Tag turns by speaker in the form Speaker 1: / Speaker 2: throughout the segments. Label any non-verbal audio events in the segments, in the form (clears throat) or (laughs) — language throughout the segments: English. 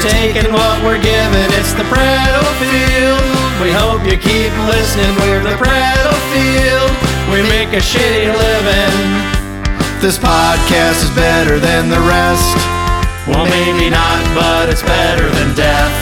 Speaker 1: taking what we're giving. It's the Prattle Field. We hope you keep listening. We're the Prattle Field. We make a shitty living. This podcast is better than the rest. Well, maybe not, but it's better than death.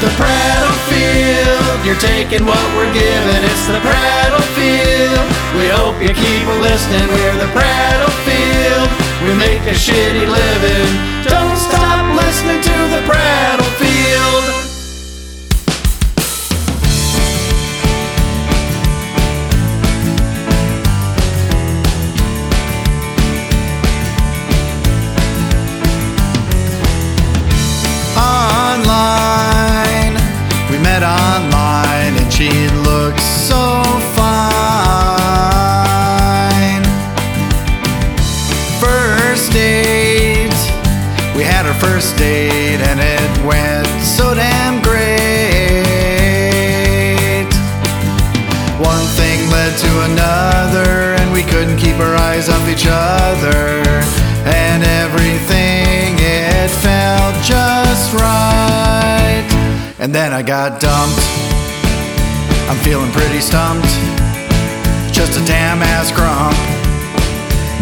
Speaker 1: The Prattle Field. You're taking what we're giving. It's the Prattle Field. We hope you keep listening. We're the Prattle Field. We make a shitty living. Don't stop listening to the Prattle Field. online. We met online and she looks so fine. First date. We had our first date and it went so damn great. One thing led to another, and we couldn't keep our eyes off each other. And everything, it felt just right. And then I got dumped. I'm feeling pretty stumped. Just a damn ass grump.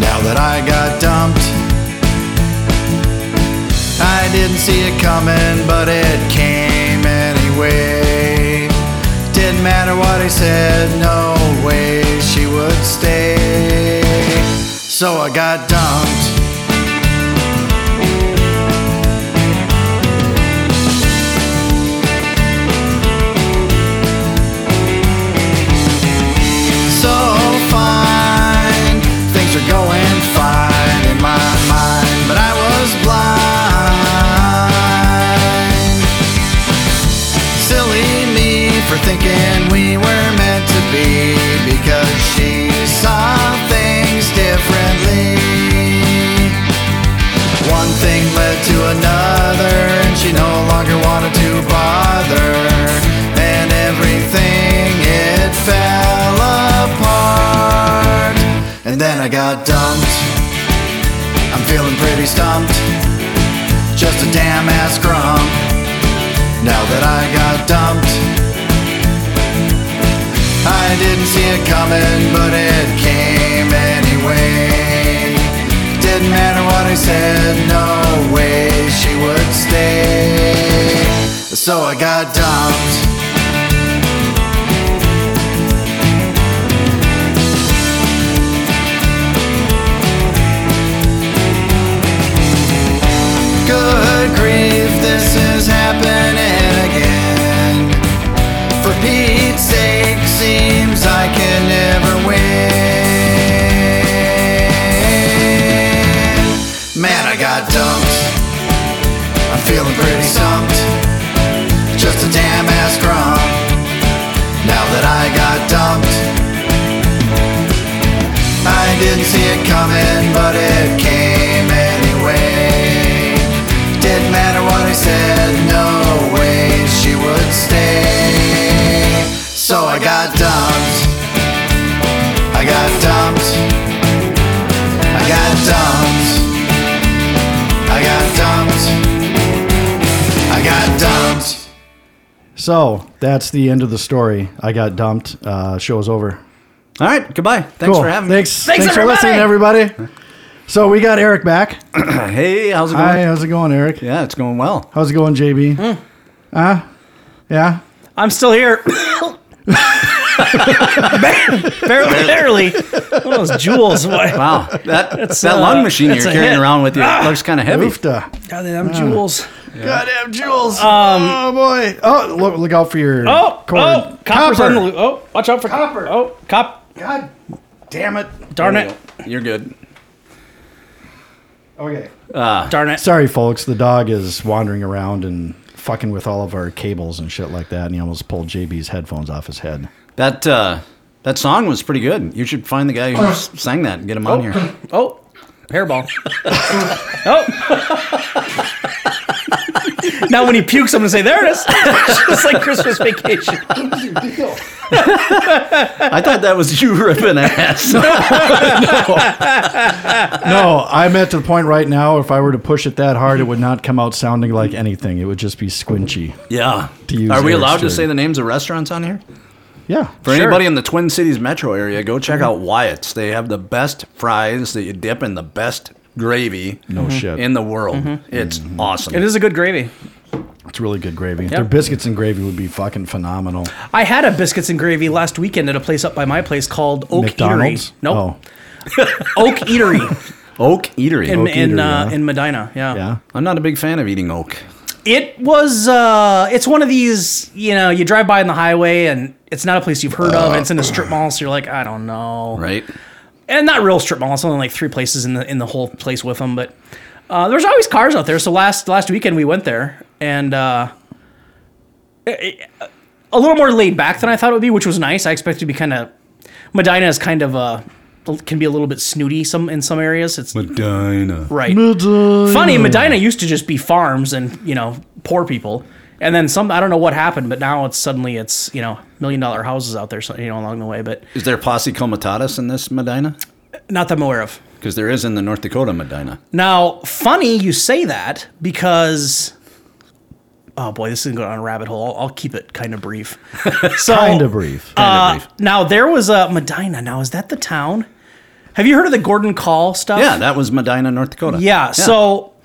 Speaker 1: Now that I got dumped, I didn't see it coming, but it came anyway. Didn't matter what I said, no way she would stay. So I got dumped. so fine. Things are going fine in my mind, but I was blind. Silly me for thinking we were meant to be because she saw things differently. One thing led to another, and she no longer wanted to bother. And everything, it fell apart. And then I got dumped. I'm feeling pretty stumped. Just a damn ass grump. Now that I got dumped, I didn't see it coming, but it came anyway. Didn't matter what I said, no way she would stay. So I got dumped. Good grief, this is happening again. For Pete's sake, seems I can never win. Man, I got dumped. I'm feeling pretty stumped. Just a damn ass grump. Now that I got dumped, I didn't see it coming, but it came anyway. Didn't matter what I said, no way she would stay. So I got dumped. I got dumped. I got dumped. I got dumped. I got dumped.
Speaker 2: So that's the end of the story. I got dumped. Uh, show's over.
Speaker 3: All right, goodbye. Thanks
Speaker 2: Cool.
Speaker 3: for having
Speaker 2: thanks,
Speaker 3: me.
Speaker 2: Thanks, for listening, everybody. So we got Eric back.
Speaker 3: (clears throat) Hey, how's it going?
Speaker 2: Hi, how's it going, Eric?
Speaker 3: yeah, it's
Speaker 2: (laughs)
Speaker 3: going well.
Speaker 2: How's it going, JB? Huh? yeah.
Speaker 1: I'm still
Speaker 4: (coughs)
Speaker 1: here.
Speaker 4: Barely. One of those jewels. What?
Speaker 3: Wow, that that
Speaker 4: uh,
Speaker 3: lung machine you're
Speaker 4: that's a
Speaker 3: carrying
Speaker 4: hit.
Speaker 3: around with you
Speaker 2: Ah!
Speaker 3: looks kind of heavy.
Speaker 2: Oofta.
Speaker 4: Goddamn jewels.
Speaker 2: Goddamn jewels. oh boy. Oh, look, look out for your
Speaker 4: Oh,
Speaker 2: cord.
Speaker 4: oh, copper's on the
Speaker 2: copper.
Speaker 4: loop. Oh, watch out for copper. Oh, cop.
Speaker 2: God damn it.
Speaker 4: Darn it.
Speaker 3: You're good.
Speaker 2: Okay.
Speaker 4: Darn it.
Speaker 2: Sorry, folks. The dog is wandering around and fucking with all of our cables and shit like that, and he almost pulled JB's headphones off his head.
Speaker 3: That uh, that song was pretty good. You should find the guy who s-
Speaker 2: Oh.
Speaker 3: sang that and get him on here.
Speaker 4: (laughs) Oh, hairball. oh. now when he pukes, I'm gonna say, "There it is." (laughs) Just like Christmas Vacation.
Speaker 3: I thought that was (laughs) you ripping
Speaker 2: (laughs)
Speaker 3: ass.
Speaker 2: No, I'm at the point right now. If I were to push it that hard, it would not come out sounding like anything. It would just be squinchy.
Speaker 3: yeah.
Speaker 2: To use
Speaker 3: Are we
Speaker 2: Eric's
Speaker 3: allowed to
Speaker 2: term.
Speaker 3: say the names of restaurants on here?
Speaker 2: Yeah.
Speaker 3: For anybody in the Twin Cities metro area, go check
Speaker 2: Mm-hmm.
Speaker 3: out Wyatt's. They have the best fries that you dip in the best gravy Mm-hmm.
Speaker 2: No shit. Mm-hmm.
Speaker 3: in the world. It's awesome.
Speaker 4: It is a good gravy.
Speaker 2: it's really good gravy. Their biscuits and gravy would be fucking phenomenal.
Speaker 4: I had a biscuits and gravy last weekend at a place up by my place called Oak
Speaker 2: McDonald's.
Speaker 4: Eatery. Nope.
Speaker 2: Oh,
Speaker 4: Oak Eatery
Speaker 3: Oak Eatery.
Speaker 4: in
Speaker 2: Oak
Speaker 4: in,
Speaker 2: Eatery,
Speaker 4: uh,
Speaker 2: yeah.
Speaker 4: in Medina. Yeah.
Speaker 2: yeah.
Speaker 3: I'm not a big fan of eating oak.
Speaker 4: It was uh it's one of these, you know, you drive by on the highway and it's not a place you've heard of and it's in a
Speaker 2: Uh,
Speaker 4: strip mall, so you're like, I don't know.
Speaker 3: Right?
Speaker 4: and not real strip mall. It's only like three places in the in the whole place with them, but uh, there's always cars out there. So last last weekend we went there, and uh, it- it- a little more laid back than I thought it would be, which was nice. I expected to be kind of Medina is kind of uh, can be a little bit snooty some in some areas. It's
Speaker 3: Medina.
Speaker 4: right. Funny, Medina used to just be farms and you know poor people, and then some. I don't know what happened, but now it's suddenly it's you know million dollar houses out there, so, you know along the way, but
Speaker 3: Is there posse comitatus in this Medina?
Speaker 4: not that I'm aware of.
Speaker 3: Because there is in the North Dakota Medina.
Speaker 4: Now, funny you say that because. Oh boy, this isn't going on a rabbit hole. I'll, I'll keep it kind of brief. So,
Speaker 2: Kind of brief.
Speaker 4: uh, now there was a Medina. Now is that the town? Have you heard of the Gordon Call stuff?
Speaker 3: Yeah, that was Medina, North Dakota.
Speaker 4: yeah. So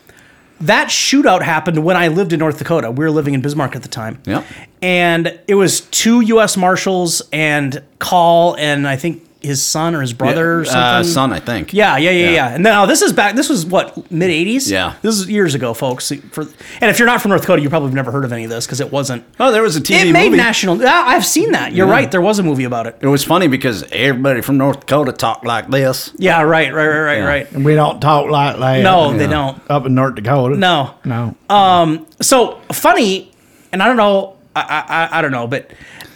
Speaker 4: that shootout happened when I lived in North Dakota. We were living in Bismarck at the time.
Speaker 3: Yeah.
Speaker 4: And it was two U.S. Marshals and Call and I think his son or his brother or something.
Speaker 3: Uh, son, I think.
Speaker 4: Yeah, yeah, yeah,
Speaker 3: Yeah.
Speaker 4: yeah. And now this is back. This was what mid '80s.
Speaker 3: Yeah.
Speaker 4: this is years ago, folks. For and if you're not from North Dakota, you probably have never heard of any of this because it wasn't.
Speaker 3: Oh, there was a TV
Speaker 4: it made
Speaker 3: movie.
Speaker 4: national. Ah, I've seen that. You're right. There was a movie about it.
Speaker 3: it was funny because everybody from North Dakota talked like this.
Speaker 4: Yeah, right, right, right, right, right.
Speaker 2: and we don't talk like that.
Speaker 4: No, they don't.
Speaker 2: Up in North Dakota.
Speaker 4: No. Oh.
Speaker 2: No.
Speaker 4: So funny, and I don't know. I I, I- I don't know, but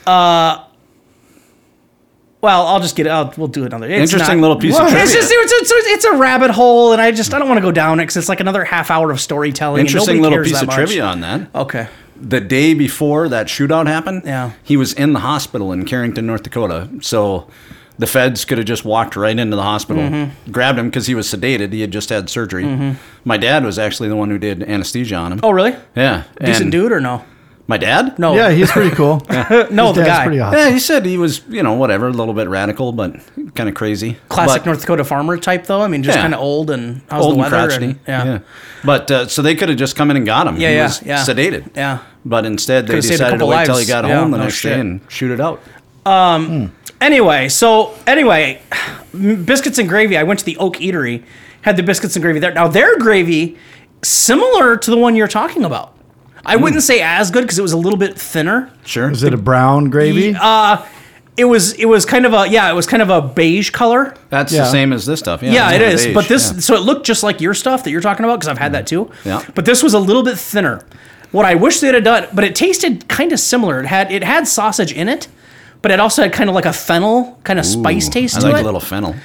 Speaker 4: uh, well, I'll just get. I'll, we'll do another. It's
Speaker 3: Interesting
Speaker 4: not-
Speaker 3: little piece
Speaker 2: What?
Speaker 3: of trivia.
Speaker 4: It's just it's, it's, it's a rabbit hole, and I just I don't want to go down it because it's like another half hour of storytelling. and
Speaker 3: Interesting
Speaker 4: nobody
Speaker 3: little
Speaker 4: cares
Speaker 3: piece
Speaker 4: that
Speaker 3: of
Speaker 4: much.
Speaker 3: trivia on that.
Speaker 4: Okay.
Speaker 3: The day before that shootout happened,
Speaker 4: Yeah.
Speaker 3: he was in the hospital in Carrington, North Dakota. So the feds could have just walked right into the hospital,
Speaker 4: Mm-hmm.
Speaker 3: grabbed him because he was sedated. He had just had surgery. My dad was actually the one who did anesthesia on him.
Speaker 4: Oh, really?
Speaker 3: yeah,
Speaker 4: Decent
Speaker 3: and-
Speaker 4: dude or no?
Speaker 3: My dad?
Speaker 4: No.
Speaker 2: Yeah, he's pretty cool.
Speaker 4: (laughs) no,
Speaker 2: His
Speaker 4: the
Speaker 2: dad's
Speaker 4: guy.
Speaker 2: pretty awesome.
Speaker 3: Yeah, he said he was, you know, whatever, a little bit radical, but kind of crazy.
Speaker 4: Classic
Speaker 3: But
Speaker 4: North Dakota farmer type, though. I mean, just
Speaker 3: Yeah.
Speaker 4: kind of old and how's
Speaker 3: old
Speaker 4: the
Speaker 3: and
Speaker 4: weather?
Speaker 3: crotchety.
Speaker 4: and- yeah. yeah.
Speaker 3: But uh, so they could have just come in and got him.
Speaker 4: Yeah,
Speaker 3: he
Speaker 4: yeah,
Speaker 3: was
Speaker 4: yeah.
Speaker 3: sedated. But instead, they
Speaker 4: Could've saved a
Speaker 3: decided to
Speaker 4: couple
Speaker 3: wait till he
Speaker 4: lives.
Speaker 3: got
Speaker 4: Yeah,
Speaker 3: home the
Speaker 4: no
Speaker 3: next
Speaker 4: shit.
Speaker 3: day and shoot it out.
Speaker 4: Anyway, so anyway, biscuits and gravy. I went to the Oak Eatery, had the biscuits and gravy there. Now their gravy, similar to the one you're talking about.
Speaker 3: Hmm.
Speaker 4: I wouldn't say as good because it was a little bit thinner.
Speaker 3: Sure.
Speaker 2: Is it a brown gravy?
Speaker 4: uh, It was it was kind of a yeah, it was kind of a beige color.
Speaker 3: That's
Speaker 2: Yeah.
Speaker 3: the same as this stuff. Yeah,
Speaker 4: Yeah, it
Speaker 3: it's
Speaker 4: is.
Speaker 3: beige,
Speaker 4: But this,
Speaker 3: yeah. Hmm.
Speaker 4: so it looked just like your stuff that you're talking about because I've had that too.
Speaker 3: Yeah.
Speaker 4: But this was a little bit thinner. What I wish they'd have done, but it tasted kind of similar. It had it had sausage in it, but it also had kind of like a fennel kind of spice taste
Speaker 3: I
Speaker 4: to
Speaker 3: like
Speaker 4: it.
Speaker 3: a little fennel.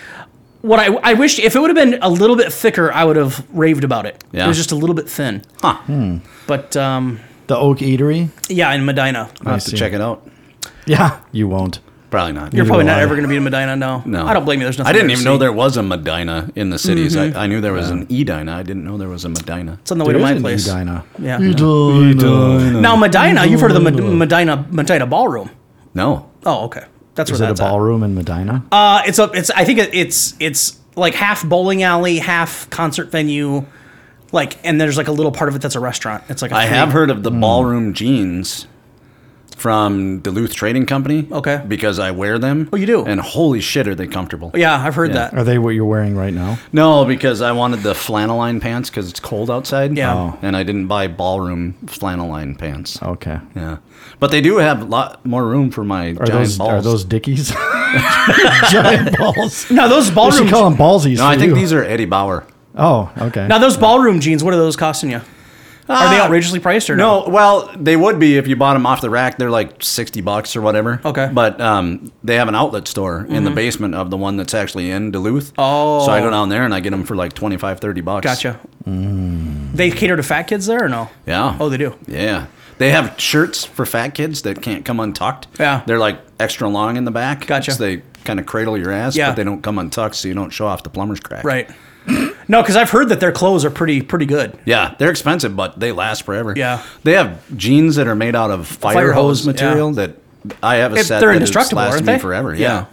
Speaker 4: what I I wished if it would have been a little bit thicker, I would have raved about it.
Speaker 3: Yeah.
Speaker 4: It was just a little bit thin.
Speaker 3: Huh.
Speaker 2: Hmm.
Speaker 4: But um,
Speaker 2: the Oak Eatery?
Speaker 4: yeah, in Medina,
Speaker 3: I'll have to
Speaker 2: see.
Speaker 3: check it out.
Speaker 2: Yeah, you won't.
Speaker 3: Probably not.
Speaker 4: you're probably not
Speaker 2: lie.
Speaker 4: ever going to be in Medina. No,
Speaker 3: no.
Speaker 4: I don't blame you. There's nothing.
Speaker 3: I didn't
Speaker 4: there to
Speaker 3: even know
Speaker 4: see. Mm-hmm.
Speaker 3: there was a Medina in the cities. I, I knew there was an Edina. I didn't know there was a Medina.
Speaker 4: It's on the way to my place.
Speaker 2: Edina.
Speaker 4: Yeah.
Speaker 2: Edina.
Speaker 4: Now Medina, you've heard of the Med- Medina Medina Ballroom.
Speaker 3: No.
Speaker 4: Oh, okay. That's
Speaker 2: Is
Speaker 4: where
Speaker 2: it a
Speaker 4: that's at.
Speaker 2: ballroom in Medina?
Speaker 4: Uh, it's a, it's. I think it- it's, it's like half bowling alley, half concert venue, like, and there's like a little part of it that's a restaurant. It's like a
Speaker 3: I
Speaker 4: three- Mm.
Speaker 3: have heard of the ballroom jeans from Duluth Trading Company.
Speaker 4: Okay.
Speaker 3: Because I wear them.
Speaker 4: Oh, you do? Oh,
Speaker 3: And holy shit, are they comfortable?
Speaker 4: Yeah, I've heard
Speaker 3: Yeah.
Speaker 4: that.
Speaker 2: Are they what you're wearing right now?
Speaker 3: No, because I wanted the flannel line pants because it's cold outside.
Speaker 4: Yeah. Oh.
Speaker 3: And I didn't buy ballroom flannel line pants.
Speaker 2: Okay.
Speaker 3: Yeah, but they do have a lot more room for my
Speaker 2: Are
Speaker 3: giant
Speaker 2: those
Speaker 3: balls.
Speaker 2: are those
Speaker 4: (laughs)
Speaker 2: dickies? giant balls.
Speaker 4: Now those
Speaker 2: We should
Speaker 4: ballroom.
Speaker 2: call them ballsies.
Speaker 3: no, I think these are Eddie Bauer.
Speaker 2: Oh, okay.
Speaker 4: now those ballroom jeans. What are those costing you? Are
Speaker 2: Uh,
Speaker 4: they
Speaker 3: Ah,
Speaker 4: outrageously priced or no?
Speaker 3: No, well, they would be if you bought them off the rack. They're like sixty bucks or whatever.
Speaker 4: Okay. Mm-hmm.
Speaker 3: but um, they have an outlet store in the basement of the one that's actually in Duluth. Oh, so I go down there and I get them for like 25, 30 bucks.
Speaker 4: Gotcha. They cater to fat kids there or no?
Speaker 3: Yeah.
Speaker 4: Oh, they do.
Speaker 3: Yeah. They have shirts for fat kids that can't come untucked.
Speaker 4: Yeah.
Speaker 3: They're like extra long in the back.
Speaker 4: Gotcha.
Speaker 3: So they kind of cradle your ass,
Speaker 4: Yeah.
Speaker 3: but they don't come untucked so you don't show off the plumber's crack.
Speaker 4: Right. no, because I've heard that their clothes are pretty pretty good.
Speaker 3: Yeah. They're expensive, but they last forever.
Speaker 4: Yeah.
Speaker 3: They have jeans that are made out of fire,
Speaker 4: Fire
Speaker 3: hose,
Speaker 4: hose,
Speaker 3: material that I have a
Speaker 4: If
Speaker 3: set
Speaker 4: they're
Speaker 3: that it's
Speaker 4: indestructible,
Speaker 3: lasted
Speaker 4: aren't
Speaker 3: me
Speaker 4: they?
Speaker 3: forever.
Speaker 4: Yeah.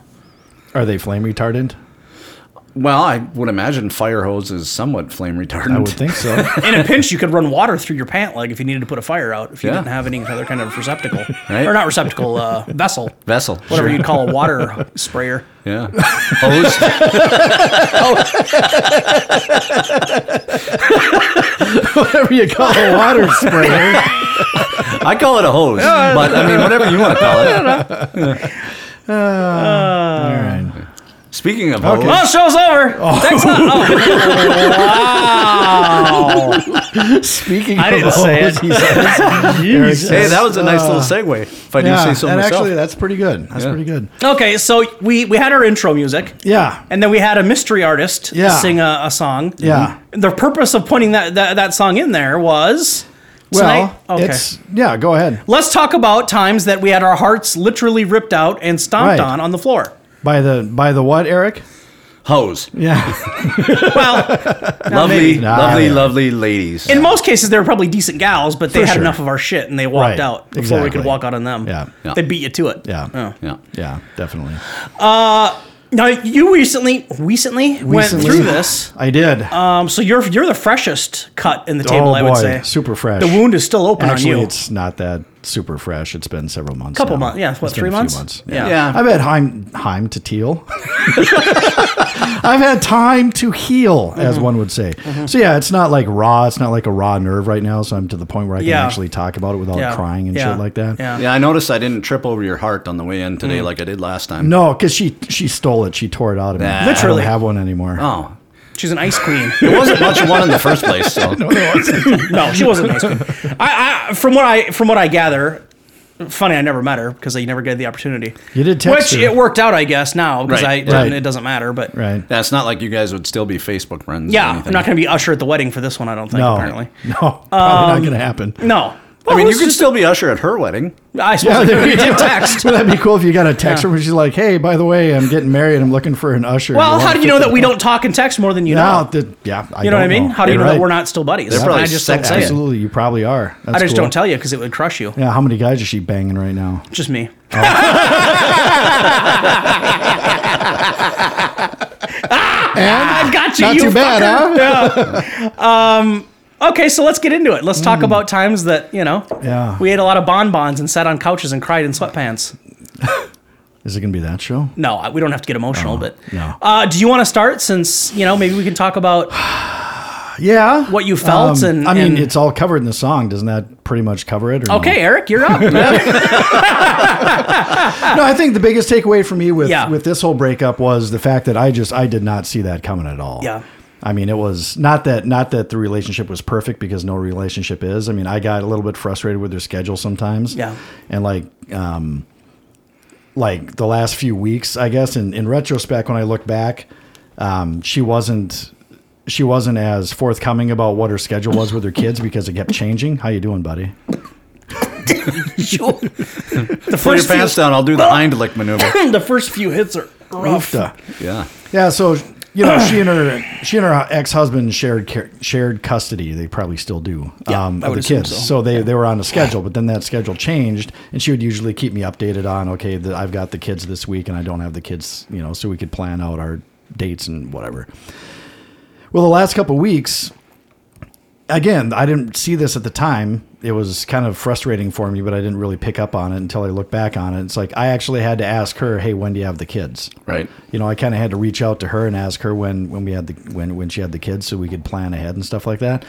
Speaker 3: Yeah.
Speaker 2: Are they flame retardant?
Speaker 3: Well, I would imagine fire hose is somewhat flame retardant.
Speaker 2: I would think
Speaker 4: (laughs)
Speaker 2: so.
Speaker 4: In a pinch, you could run water through your pant leg if you needed to put a fire out. If you
Speaker 3: Yeah.
Speaker 4: didn't have any other kind of receptacle,
Speaker 3: Right.
Speaker 4: or not receptacle, uh, vessel,
Speaker 3: Vessel.
Speaker 4: whatever
Speaker 3: sure.
Speaker 4: you'd call a water sprayer.
Speaker 3: Yeah. (laughs) Hose.
Speaker 2: Whatever you call a water sprayer.
Speaker 3: I call it a hose, but I mean, whatever you want to
Speaker 4: (laughs)
Speaker 3: call it.
Speaker 2: Uh, All right.
Speaker 3: Speaking of
Speaker 2: Okay.
Speaker 3: hose,
Speaker 4: Oh, show's over. Thanks a lot. Oh,
Speaker 2: Speaking
Speaker 4: I
Speaker 2: of
Speaker 4: didn't say
Speaker 2: those,
Speaker 4: it.
Speaker 2: he
Speaker 4: (laughs)
Speaker 2: says, Eric says,
Speaker 3: Hey, that was a nice
Speaker 2: uh,
Speaker 3: little segue. If I do
Speaker 2: yeah,
Speaker 3: say so
Speaker 2: and
Speaker 3: myself.
Speaker 2: actually, that's pretty good. That's
Speaker 3: Yeah.
Speaker 2: pretty good.
Speaker 4: okay, so we we had our intro music,
Speaker 2: Yeah.
Speaker 4: and then we had a mystery artist
Speaker 2: Yeah.
Speaker 4: sing a, a song.
Speaker 2: Yeah.
Speaker 4: And The purpose of putting that that, that song in there was
Speaker 2: Well,
Speaker 4: tonight- okay.
Speaker 2: it's yeah. Go ahead.
Speaker 4: Let's talk about times that we had our hearts literally ripped out and stomped
Speaker 2: Right.
Speaker 4: on on the floor.
Speaker 2: By the by the what, Eric?
Speaker 3: hose.
Speaker 4: (laughs)
Speaker 2: Yeah.
Speaker 4: Well,
Speaker 3: Lovely,
Speaker 4: maybe.
Speaker 2: Nah,
Speaker 3: lovely,
Speaker 2: yeah.
Speaker 3: lovely ladies.
Speaker 4: in most cases, they were probably decent gals, but they
Speaker 2: For
Speaker 4: had
Speaker 2: sure.
Speaker 4: enough of our shit and they walked
Speaker 2: Right.
Speaker 4: out before we
Speaker 2: Exactly.
Speaker 4: could walk out on them.
Speaker 2: Yeah.
Speaker 3: Yeah.
Speaker 4: They beat you to it.
Speaker 2: Yeah.
Speaker 4: Oh.
Speaker 3: yeah.
Speaker 2: Yeah. Definitely.
Speaker 4: Now you recently recently, went
Speaker 2: Recently-
Speaker 4: through this.
Speaker 2: I did.
Speaker 4: Um, so you're you're the freshest cut in the table, I would say.
Speaker 2: Oh, super fresh.
Speaker 4: The wound is still open
Speaker 2: Actually,
Speaker 4: on you.
Speaker 2: it's not that super fresh. It's been several months.
Speaker 4: Couple
Speaker 2: now.
Speaker 4: months, yeah,
Speaker 2: It's
Speaker 4: what,
Speaker 2: been
Speaker 4: three
Speaker 2: a few
Speaker 4: months?
Speaker 2: Yeah.
Speaker 3: Yeah.
Speaker 2: I've had Heim, Heim to teal. (laughs) I've had time to heal,
Speaker 4: Mm-hmm.
Speaker 2: as one would say. So yeah, it's not like raw. It's not like a raw nerve right now. So I'm to the point where I can
Speaker 4: Yeah.
Speaker 2: actually talk about it without
Speaker 4: Yeah.
Speaker 2: crying and
Speaker 4: Yeah.
Speaker 2: shit like that.
Speaker 4: Yeah.
Speaker 3: Yeah, I noticed I didn't trip over your heart on the way in today like I did last time.
Speaker 2: Hmm. No, because she she stole it. She tore it out of me.
Speaker 3: Nah.
Speaker 2: I
Speaker 4: Literally.
Speaker 2: don't have one anymore.
Speaker 3: Oh.
Speaker 4: She's an
Speaker 2: (laughs)
Speaker 4: ice queen.
Speaker 3: It wasn't much of one in the first place. So.
Speaker 4: (laughs) no, she wasn't an ice queen. I, I from what I from what I gather, funny I never met her because I never get the opportunity.
Speaker 2: You did text
Speaker 4: Which
Speaker 2: her.
Speaker 4: it worked out, I guess, now because
Speaker 3: Right.
Speaker 4: I didn't-
Speaker 2: Right.
Speaker 4: it doesn't matter, but
Speaker 2: Right.
Speaker 3: Yeah, it's not like you guys would still be Facebook friends. or
Speaker 4: yeah,
Speaker 3: anything.
Speaker 4: I'm not going to be usher at the wedding for this one. I don't think
Speaker 2: No.
Speaker 4: apparently.
Speaker 2: (laughs)
Speaker 4: Um,
Speaker 2: No. Probably not going to happen.
Speaker 4: No,
Speaker 3: I mean, you
Speaker 4: it's
Speaker 3: could
Speaker 4: just-
Speaker 3: still be Usher at her wedding.
Speaker 4: I
Speaker 2: Yeah,
Speaker 4: suppose
Speaker 2: there
Speaker 4: we
Speaker 2: you
Speaker 4: did
Speaker 2: go. (laughs)
Speaker 4: (laughs) text.
Speaker 2: Would that be cool if you got a text from her? She's like, "Hey, by the way, I'm getting married. I'm looking for an usher."
Speaker 4: Well,
Speaker 2: You
Speaker 4: how
Speaker 2: wanna
Speaker 4: do you
Speaker 2: fit
Speaker 4: know
Speaker 2: the
Speaker 4: that we don't talk and text more than you
Speaker 2: No,
Speaker 4: know?
Speaker 2: the, yeah, I
Speaker 4: You know what I mean? How do you know that we're not still buddies?
Speaker 3: They're probably
Speaker 4: I just don't
Speaker 3: sex
Speaker 4: say it.
Speaker 3: absolute-
Speaker 2: Absolutely, you probably are. That's
Speaker 4: I just
Speaker 2: cool.
Speaker 4: don't tell you because it would crush you.
Speaker 2: Yeah, how many guys is she banging right now?
Speaker 4: Just me. I got you.
Speaker 2: Not
Speaker 4: you
Speaker 2: too bad,
Speaker 4: fucker. Um,
Speaker 2: huh? Mm.
Speaker 4: Okay, so let's get into it. Let's talk about times that you know
Speaker 2: Yeah.
Speaker 4: we ate a lot of bonbons and sat on couches and cried in sweatpants.
Speaker 2: Is it gonna be that show?
Speaker 4: No, I- we don't have to get emotional, but
Speaker 2: no.
Speaker 4: uh, do you want to start? Since you know, maybe we can
Speaker 2: (sighs)
Speaker 4: talk about
Speaker 2: Yeah.
Speaker 4: what you felt and
Speaker 2: Um, I mean,
Speaker 4: and-
Speaker 2: it's all covered in the song. Doesn't that pretty much cover it? Or no?
Speaker 4: okay. Eric, you're
Speaker 2: (laughs)
Speaker 4: up. man.
Speaker 2: no, I think the biggest takeaway for me with
Speaker 4: Yeah.
Speaker 2: with this whole breakup was the fact that I just I did not see that coming at all.
Speaker 4: Yeah.
Speaker 2: I mean, it was not that not that the relationship was perfect because no relationship is. I mean, I got a little bit frustrated with their schedule sometimes.
Speaker 4: Yeah.
Speaker 2: And like um like the last few weeks, I guess in in retrospect when I look back, um she wasn't she wasn't as forthcoming about what her schedule was with her kids because it kept changing. How you doing, buddy?
Speaker 4: the
Speaker 3: Put your
Speaker 4: first
Speaker 3: pants
Speaker 4: few,
Speaker 3: down. I'll do the Heimlich
Speaker 2: (laughs)
Speaker 3: maneuver.
Speaker 4: (laughs) the first few hits are rough.
Speaker 2: Oofta.
Speaker 3: Yeah.
Speaker 2: Yeah, so you know, she and
Speaker 4: (clears throat)
Speaker 2: her she and her ex husband shared care- shared custody. They probably still do
Speaker 4: Yeah,
Speaker 2: um,
Speaker 4: I
Speaker 2: of
Speaker 4: would
Speaker 2: the
Speaker 4: assume
Speaker 2: kids.
Speaker 4: so.
Speaker 2: So, they they were on a schedule, but then that schedule changed, and she would usually keep me updated on okay, the, I've got the kids this week, and I don't have the kids, you know, so we could plan out our dates and whatever. Well, the last couple weeks, again, I didn't see this at the time. It was kind of frustrating for me, but I didn't really pick up on it until I look back on it. It's like I actually had to ask her, "Hey, when do you have the kids?"
Speaker 3: Right.
Speaker 2: you know, I kind of had to reach out to her and ask her when when we had the when when she had the kids, so we could plan ahead and stuff like that.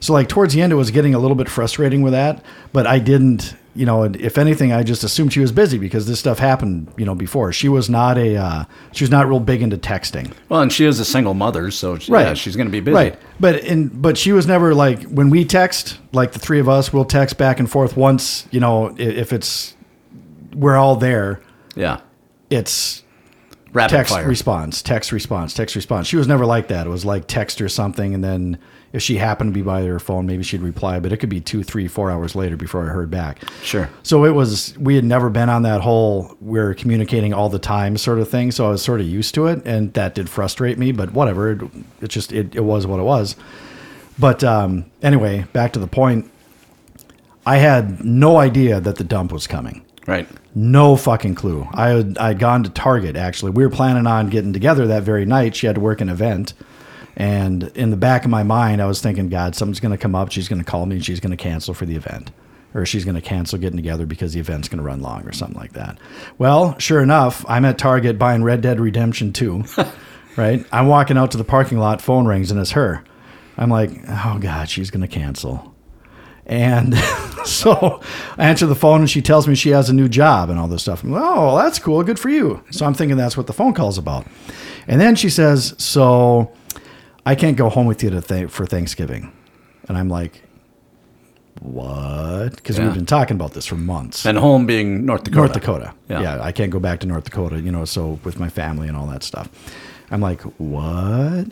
Speaker 2: So like towards the end, it was getting a little bit frustrating with that, but I didn't, you know. And if anything, I just assumed she was busy because this stuff happened, you know, before. She was not a uh, she was not real big into texting.
Speaker 3: Well, and she is a single mother, so she, yeah, she's going to be busy.
Speaker 2: Right. But in but she was never like when we text, like the three of us, we'll text back and forth once, you know, i- if it's we're all there,
Speaker 3: Yeah.
Speaker 2: it's
Speaker 3: Rapid
Speaker 2: text
Speaker 3: fire.
Speaker 2: response, text response, text response. She was never like that. It was like text or something, and then if she happened to be by her phone, maybe she'd reply. But it could be two, three, four hours later before I heard back.
Speaker 3: Sure.
Speaker 2: So it was. We had never been on that whole we're communicating all the time sort of thing. So I was sort of used to it, and that did frustrate me. But whatever. It, it just it, it was what it was. But um, anyway, back to the point. I had no idea that the dump was coming.
Speaker 3: Right.
Speaker 2: No fucking clue. I had I had gone to Target actually. We were planning on getting together that very night. She had to work an event. And in the back of my mind, I was thinking, God, something's going to come up. She's going to call me and she's going to cancel for the event. Or she's going to cancel getting together because the event's going to run long or something like that. Well, sure enough, I'm at Target buying Red Dead Redemption (laughs) 2. right? I'm walking out to the parking lot, phone rings, and it's her. I'm like, oh, God, she's going to cancel. And (laughs) so I answer the phone and she tells me she has a new job and all this stuff. I'm like, oh, well, that's cool. Good for you. So I'm thinking that's what the phone call's about. And then she says, so I can't go home with you to th- for Thanksgiving. And I'm like, what? Because
Speaker 3: Yeah.
Speaker 2: we've been talking about this for months.
Speaker 3: And home being North Dakota.
Speaker 2: North Dakota.
Speaker 3: Yeah.
Speaker 2: Yeah. I can't go back to North Dakota, you know, so with my family and all that stuff. I'm like, what?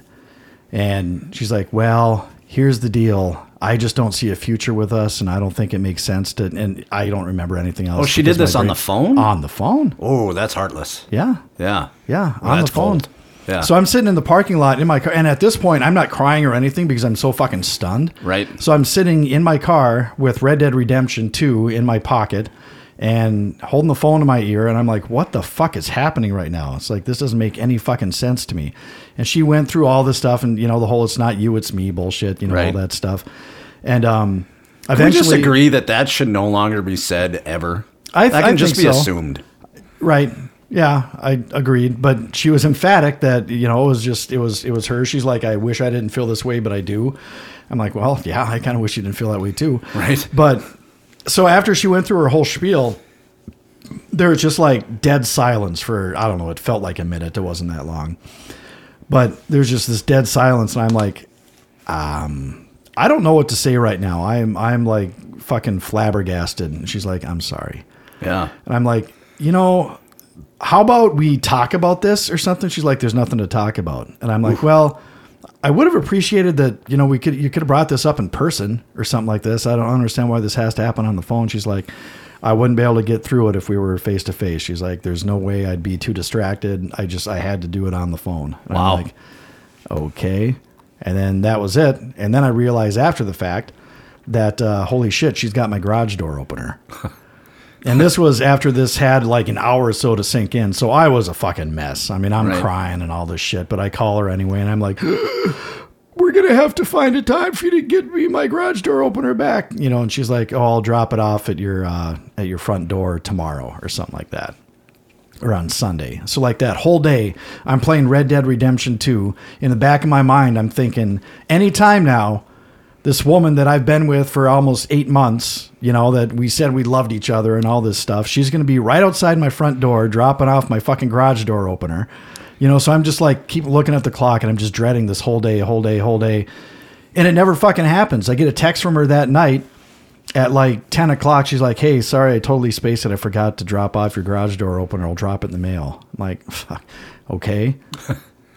Speaker 2: And she's like, well, here's the deal. I just don't see a future with us, and I don't think it makes sense to. And I don't remember anything else.
Speaker 3: Oh, she did
Speaker 2: because my
Speaker 3: this on the phone?
Speaker 2: On the phone.
Speaker 3: Oh, that's heartless.
Speaker 2: Yeah.
Speaker 3: Yeah.
Speaker 2: Yeah.
Speaker 3: Well,
Speaker 2: on
Speaker 3: that's
Speaker 2: the phone.
Speaker 3: cold. Yeah.
Speaker 2: So I'm sitting in the parking lot in my car, and at this point, I'm not crying or anything because I'm so fucking stunned.
Speaker 3: Right.
Speaker 2: So I'm sitting in my car with Red Dead Redemption 2 in my pocket and holding the phone to my ear, and I'm like, what the fuck is happening right now? It's like, this doesn't make any fucking sense to me. And she went through all this stuff, and, you know, the whole it's not you, it's me bullshit, you know,
Speaker 3: Right.
Speaker 2: all that stuff. And, um,
Speaker 3: Can we just
Speaker 2: eventually,
Speaker 3: agree that that should no longer be said ever?
Speaker 2: I-
Speaker 3: that
Speaker 2: I
Speaker 3: can just
Speaker 2: think
Speaker 3: be
Speaker 2: so.
Speaker 3: assumed.
Speaker 2: Right. Yeah, I agreed, but she was emphatic that you know it was just it was it was her. She's like, I wish I didn't feel this way, but I do. I'm like, well, yeah, I kind of wish you didn't feel that way too.
Speaker 3: Right.
Speaker 2: But so after she went through her whole spiel, there was just like dead silence for I don't know. It felt like a minute. It wasn't that long, but there's just this dead silence, and I'm like, um, I don't know what to say right now. I'm I'm like fucking flabbergasted, and she's like, I'm sorry.
Speaker 3: Yeah.
Speaker 2: And I'm like, you know, how about we talk about this or something? She's like, there's nothing to talk about. And I'm like, well, I would have appreciated that, you know, we could you could have brought this up in person or something like this. I don't understand why this has to happen on the phone. She's like, I wouldn't be able to get through it if we were face to face. She's like, there's no way I'd be too distracted. I just I had to do it on the phone. And
Speaker 3: Wow.
Speaker 2: I'm like, okay. And then that was it. And then I realized after the fact that uh, holy shit, she's got my garage door opener. And this was after this had like an hour or so to sink in. So I was a fucking mess. I mean, I'm
Speaker 3: Right.
Speaker 2: crying and all this shit, but I call her anyway and I'm like, (gasps) we're going to have to find a time for you to get me my garage door opener back, you know, and she's like, "Oh, I'll drop it off at your uh at your front door tomorrow or something like that." Or on Sunday. So like that whole day, I'm playing Red Dead Redemption 2. In the back of my mind, I'm thinking, anytime now, this woman that I've been with for almost eight months, you know, that we said we loved each other and all this stuff, she's going to be right outside my front door dropping off my fucking garage door opener. You know, so I'm just like, keep looking at the clock and I'm just dreading this whole day, whole day, whole day. And it never fucking happens. I get a text from her that night at like 10 o'clock. She's like, hey, sorry, I totally spaced it. I forgot to drop off your garage door opener. I'll drop it in the mail. I'm like, fuck, okay.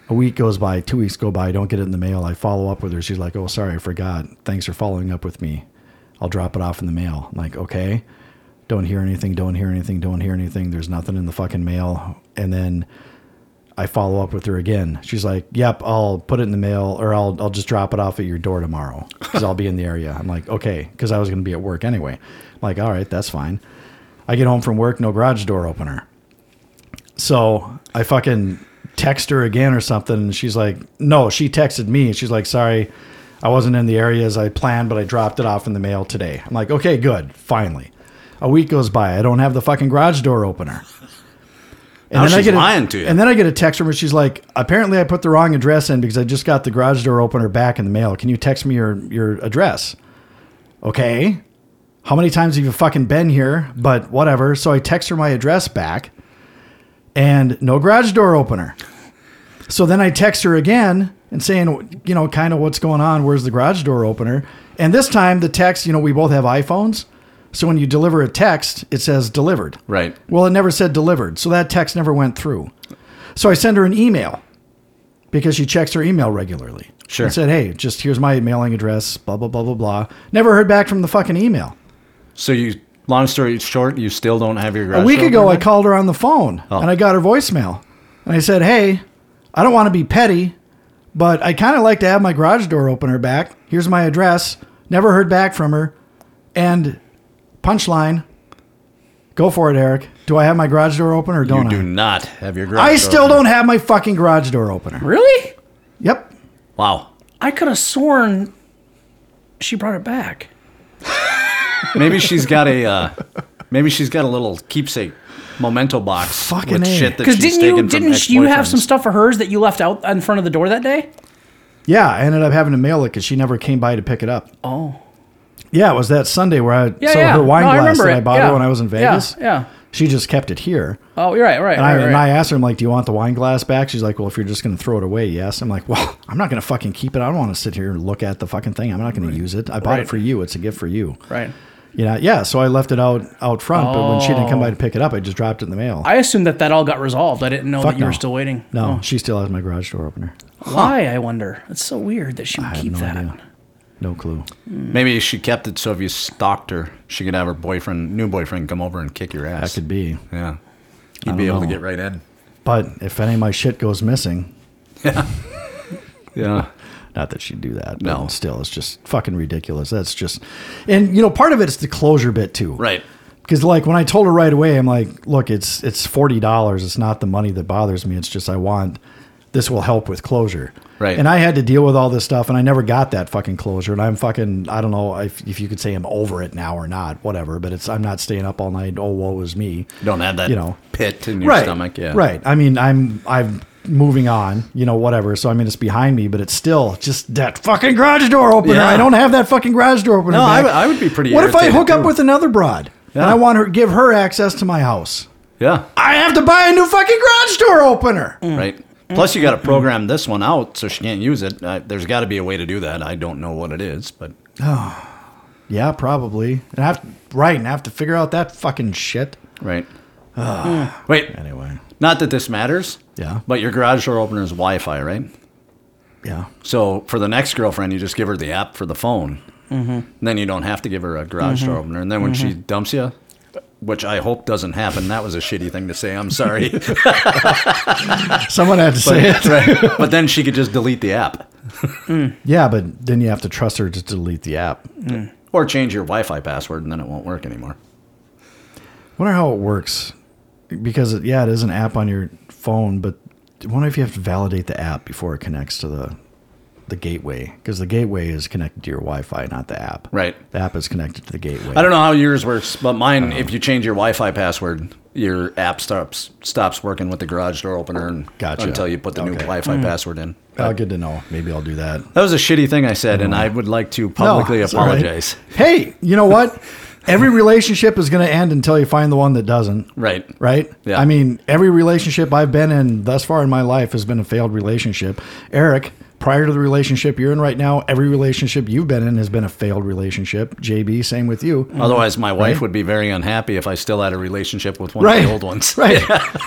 Speaker 2: A week goes by, two weeks go by, I don't get it in the mail. I follow up with her. She's like, Oh, sorry, I forgot. Thanks for following up with me. I'll drop it off in the mail. I'm like, okay. Don't hear anything, don't hear anything, don't hear anything. There's nothing in the fucking mail. And then I follow up with her again. She's like, Yep, I'll put it in the mail or I'll I'll just drop it off at your door tomorrow. Because I'll be in the area. I'm like, okay, because I was gonna be at work anyway. I'm like, all right, that's fine. I get home from work, no garage door opener. So I fucking text her again or something, and she's like, "No." She texted me, and she's like, "Sorry, I wasn't in the area as I planned, but I dropped it off in the mail today." I'm like, "Okay, good, finally." A week goes by, I don't have the fucking garage door opener. And
Speaker 3: Now
Speaker 2: I
Speaker 3: she's
Speaker 2: get a-
Speaker 3: lying to you.
Speaker 2: And then I get a text from her. She's like, "Apparently, I put the wrong address in because I just got the garage door opener back in the mail. Can you text me your your address?" Okay. How many times have you fucking been here? But whatever. So I text her my address back and no garage door opener. So then I text her again and saying, you know, kind of what's going on. Where's the garage door opener? And this time the text, you know, we both have iPhones. So when you deliver a text, it says delivered.
Speaker 3: Right.
Speaker 2: Well, it never said delivered. So that text never went through. So I send her an email because she checks her email regularly.
Speaker 3: Sure.
Speaker 2: I said, hey, just here's my mailing address, blah, blah, blah, blah, blah. Never heard back from the fucking email.
Speaker 3: So you, long story short, you still don't have your garage.
Speaker 2: A week
Speaker 3: door
Speaker 2: ago, I
Speaker 3: permit?
Speaker 2: called her on the phone
Speaker 3: Oh.
Speaker 2: and I got her voicemail. And I said, Hey, I don't want to be petty, but I kind of like to have my garage door opener back. Here's my address. Never heard back from her. And punchline go for it, Eric. Do I have my garage door open or don't
Speaker 3: you
Speaker 2: I?
Speaker 3: do not have your garage.
Speaker 2: I
Speaker 3: door
Speaker 2: still
Speaker 3: permit.
Speaker 2: don't have my fucking garage door opener.
Speaker 4: Really?
Speaker 2: Yep.
Speaker 3: Wow.
Speaker 4: I could have sworn she brought it back.
Speaker 3: Maybe she's got a.
Speaker 2: (laughs)
Speaker 3: Uh, maybe she's got a little keepsake memento box
Speaker 2: Fucking
Speaker 3: with
Speaker 2: A.
Speaker 3: shit that
Speaker 4: Because
Speaker 3: she's
Speaker 4: didn't
Speaker 3: taken
Speaker 4: you
Speaker 3: from
Speaker 4: didn't you have some
Speaker 3: ex-boyfriends.
Speaker 4: stuff for hers that you left out in front of the door that day?
Speaker 2: Yeah, I ended up having to mail it because she never came by to pick it up.
Speaker 4: Oh,
Speaker 2: Yeah, it was that Sunday where I
Speaker 4: yeah,
Speaker 2: so
Speaker 4: yeah.
Speaker 2: her wine
Speaker 4: No, I
Speaker 2: glass
Speaker 4: remember
Speaker 2: that I
Speaker 4: it.
Speaker 2: bought
Speaker 4: Yeah.
Speaker 2: her when I was in
Speaker 4: Yeah,
Speaker 2: Vegas.
Speaker 4: yeah.
Speaker 2: She just kept it here.
Speaker 4: Oh, you're right, right,
Speaker 2: And,
Speaker 4: right.
Speaker 2: I,
Speaker 4: right.
Speaker 2: and I asked her, I'm like, do you want the wine glass back? She's like, well, if you're just going to throw it away, yes. I'm like, well, (laughs) I'm not going to fucking keep it. I don't want to sit here and look at the fucking thing. I'm not going to use it. I bought it
Speaker 4: Right.
Speaker 2: for you. It's a gift for you.
Speaker 4: right.
Speaker 2: You know, yeah. So I left it out out front, but when she didn't come by to pick it up, I just dropped it in the mail.
Speaker 4: I assumed that that all got resolved. I didn't know
Speaker 2: Fuck
Speaker 4: that you
Speaker 2: no.
Speaker 4: were still waiting.
Speaker 2: no,
Speaker 4: Oh.
Speaker 2: she still has my garage door opener.
Speaker 4: Why? I wonder. It's so weird that she would
Speaker 2: I have
Speaker 4: keep
Speaker 2: no
Speaker 4: that.
Speaker 2: idea. No clue.
Speaker 3: Maybe she kept it so if you stalked her, she could have her boyfriend, new boyfriend, come over and kick your
Speaker 2: That
Speaker 3: ass.
Speaker 2: could be.
Speaker 3: yeah, you'd be able to
Speaker 2: know.
Speaker 3: get right in.
Speaker 2: But if any of my shit goes missing,
Speaker 3: Yeah,
Speaker 2: Not that she'd do that.
Speaker 3: No.
Speaker 2: But still, it's just fucking ridiculous. That's just, and you know, part of it's the closure bit too,
Speaker 3: right.
Speaker 2: Because like when I told her right away, I'm like, look, it's it's forty dollars. It's not the money that bothers me. It's just I want this will help with closure.
Speaker 3: Right.
Speaker 2: And I had to deal with all this stuff, and I never got that fucking closure. And I'm fucking, I don't know if, if you could say I'm over it now or not, whatever. But it's I'm not staying up all night. Oh, woe is me.
Speaker 3: Don't have that
Speaker 2: You know.
Speaker 3: pit in your stomach. Yeah,
Speaker 2: Right. I mean, I'm I'm moving on, you know, whatever. So I mean, it's behind me, but it's still just that fucking garage door opener.
Speaker 3: Yeah.
Speaker 2: I don't have that fucking garage door opener.
Speaker 3: No, I
Speaker 2: back.
Speaker 3: would- I would be pretty
Speaker 2: What if I
Speaker 3: irritated,
Speaker 2: hook up
Speaker 3: too.
Speaker 2: with another broad and
Speaker 3: Yeah.
Speaker 2: I want her give her access to my house?
Speaker 3: Yeah,
Speaker 2: I have to buy a new fucking garage door opener.
Speaker 3: right. Plus, you got to program this one out so she can't use it. Uh, there's got to be a way to do that. I don't know what it is, but
Speaker 2: Yeah, probably. And I have to, right, and I have to figure out that fucking shit.
Speaker 3: right. (sighs) Wait,
Speaker 2: Anyway,
Speaker 3: not that this matters.
Speaker 2: Yeah.
Speaker 3: but your garage door opener is Wi-Fi, right?
Speaker 2: yeah.
Speaker 3: So for the next girlfriend, you just give her the app for the phone. Mm-hmm. Then you don't have to give her a garage door opener. And then when she dumps you, which I hope doesn't happen, that was a shitty thing to say. I'm sorry. (laughs)
Speaker 2: Someone had to say it.
Speaker 3: but, right. but then she could just delete the app
Speaker 2: Yeah, but then you have to trust her to delete the app.
Speaker 3: or change your Wi-Fi password, and then it won't work anymore.
Speaker 2: wonder how it works because it, yeah it is an app on your phone but I wonder if you have to validate the app before it connects to the the gateway because the gateway is connected to your wi-fi not the app
Speaker 3: Right.
Speaker 2: the app is connected to the gateway
Speaker 3: I don't know how yours works, but mine, if you change your Wi-Fi password, your app stops stops working with the garage door opener and,
Speaker 2: Gotcha.
Speaker 3: until you put the new
Speaker 2: Okay.
Speaker 3: Wi-Fi password in.
Speaker 2: oh, good to know maybe i'll do that
Speaker 3: That was a shitty thing I said, and I would like to publicly
Speaker 2: Hmm. No, it's all right.
Speaker 3: apologize.
Speaker 2: hey you know what every relationship is going to end until you find the one that doesn't
Speaker 3: Right.
Speaker 2: right?
Speaker 3: Yeah.
Speaker 2: I mean, every relationship I've been in thus far in my life has been a failed relationship. Eric, prior to the relationship you're in right now, every relationship you've been in has been a failed relationship. JB, same with you.
Speaker 3: Otherwise, my wife would be very unhappy if I still had a relationship with one
Speaker 2: Right.
Speaker 3: of the old ones.
Speaker 2: (laughs)
Speaker 3: (laughs)
Speaker 2: Right.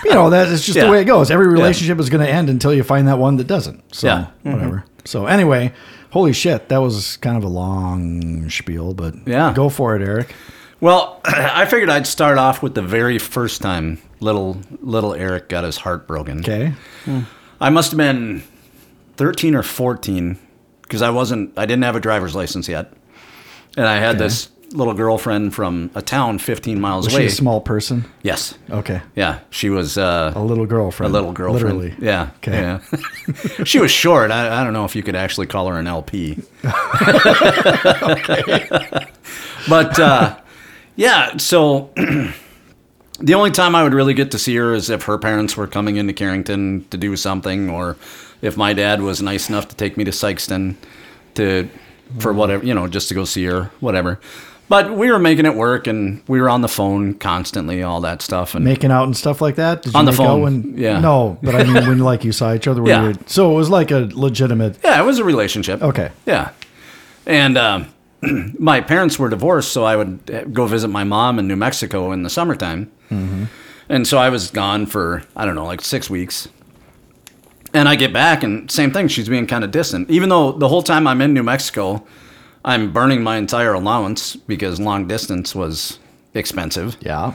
Speaker 2: You know, that is just
Speaker 3: Yeah.
Speaker 2: the way it goes. Every relationship is going to end until you find that one that doesn't. So,
Speaker 3: Yeah. Mm-hmm.
Speaker 2: whatever. So, anyway, holy shit, that was kind of a long spiel, but
Speaker 3: Yeah.
Speaker 2: go for it, Eric.
Speaker 3: Well, (clears throat) I figured I'd start off with the very first time little little Eric got his heart broken.
Speaker 2: Okay.
Speaker 3: I must have been 13 or 14 because I wasn't I didn't have a driver's license yet. And I had this little girlfriend from a town 15 miles
Speaker 2: Was she
Speaker 3: away.
Speaker 2: a small person?
Speaker 3: yes.
Speaker 2: Okay.
Speaker 3: Yeah, she was uh,
Speaker 2: A little girlfriend.
Speaker 3: a little girlfriend.
Speaker 2: Literally.
Speaker 3: Yeah. (laughs)
Speaker 2: Okay.
Speaker 3: Yeah. she was short. I, I don't know if you could actually call her
Speaker 2: (laughs)
Speaker 3: an LP. (laughs) but uh, yeah, so (clears throat) the only time I would really get to see her is if her parents were coming into Carrington to do something, or if my dad was nice enough to take me to Sykeston to
Speaker 2: Mm-hmm.
Speaker 3: for whatever you know, just to go see her, whatever. But we were making it work, and we were on the phone constantly, all that stuff. And
Speaker 2: making out and stuff like that? Did you
Speaker 3: On the
Speaker 2: make out
Speaker 3: phone,
Speaker 2: when-
Speaker 3: yeah.
Speaker 2: No, but I mean when like you saw each other. When
Speaker 3: Yeah.
Speaker 2: you were, so it was like a legitimate.
Speaker 3: Yeah, it was a relationship.
Speaker 2: Okay.
Speaker 3: Yeah. And um, (clears throat) my parents were divorced, so I would uh, go visit my mom in New Mexico in the summertime. And so I was gone for, I don't know, like six weeks. and I get back, and same thing. She's being kind of distant, even though the whole time I'm in New Mexico, I'm burning my entire allowance because long distance was expensive,
Speaker 2: Yeah.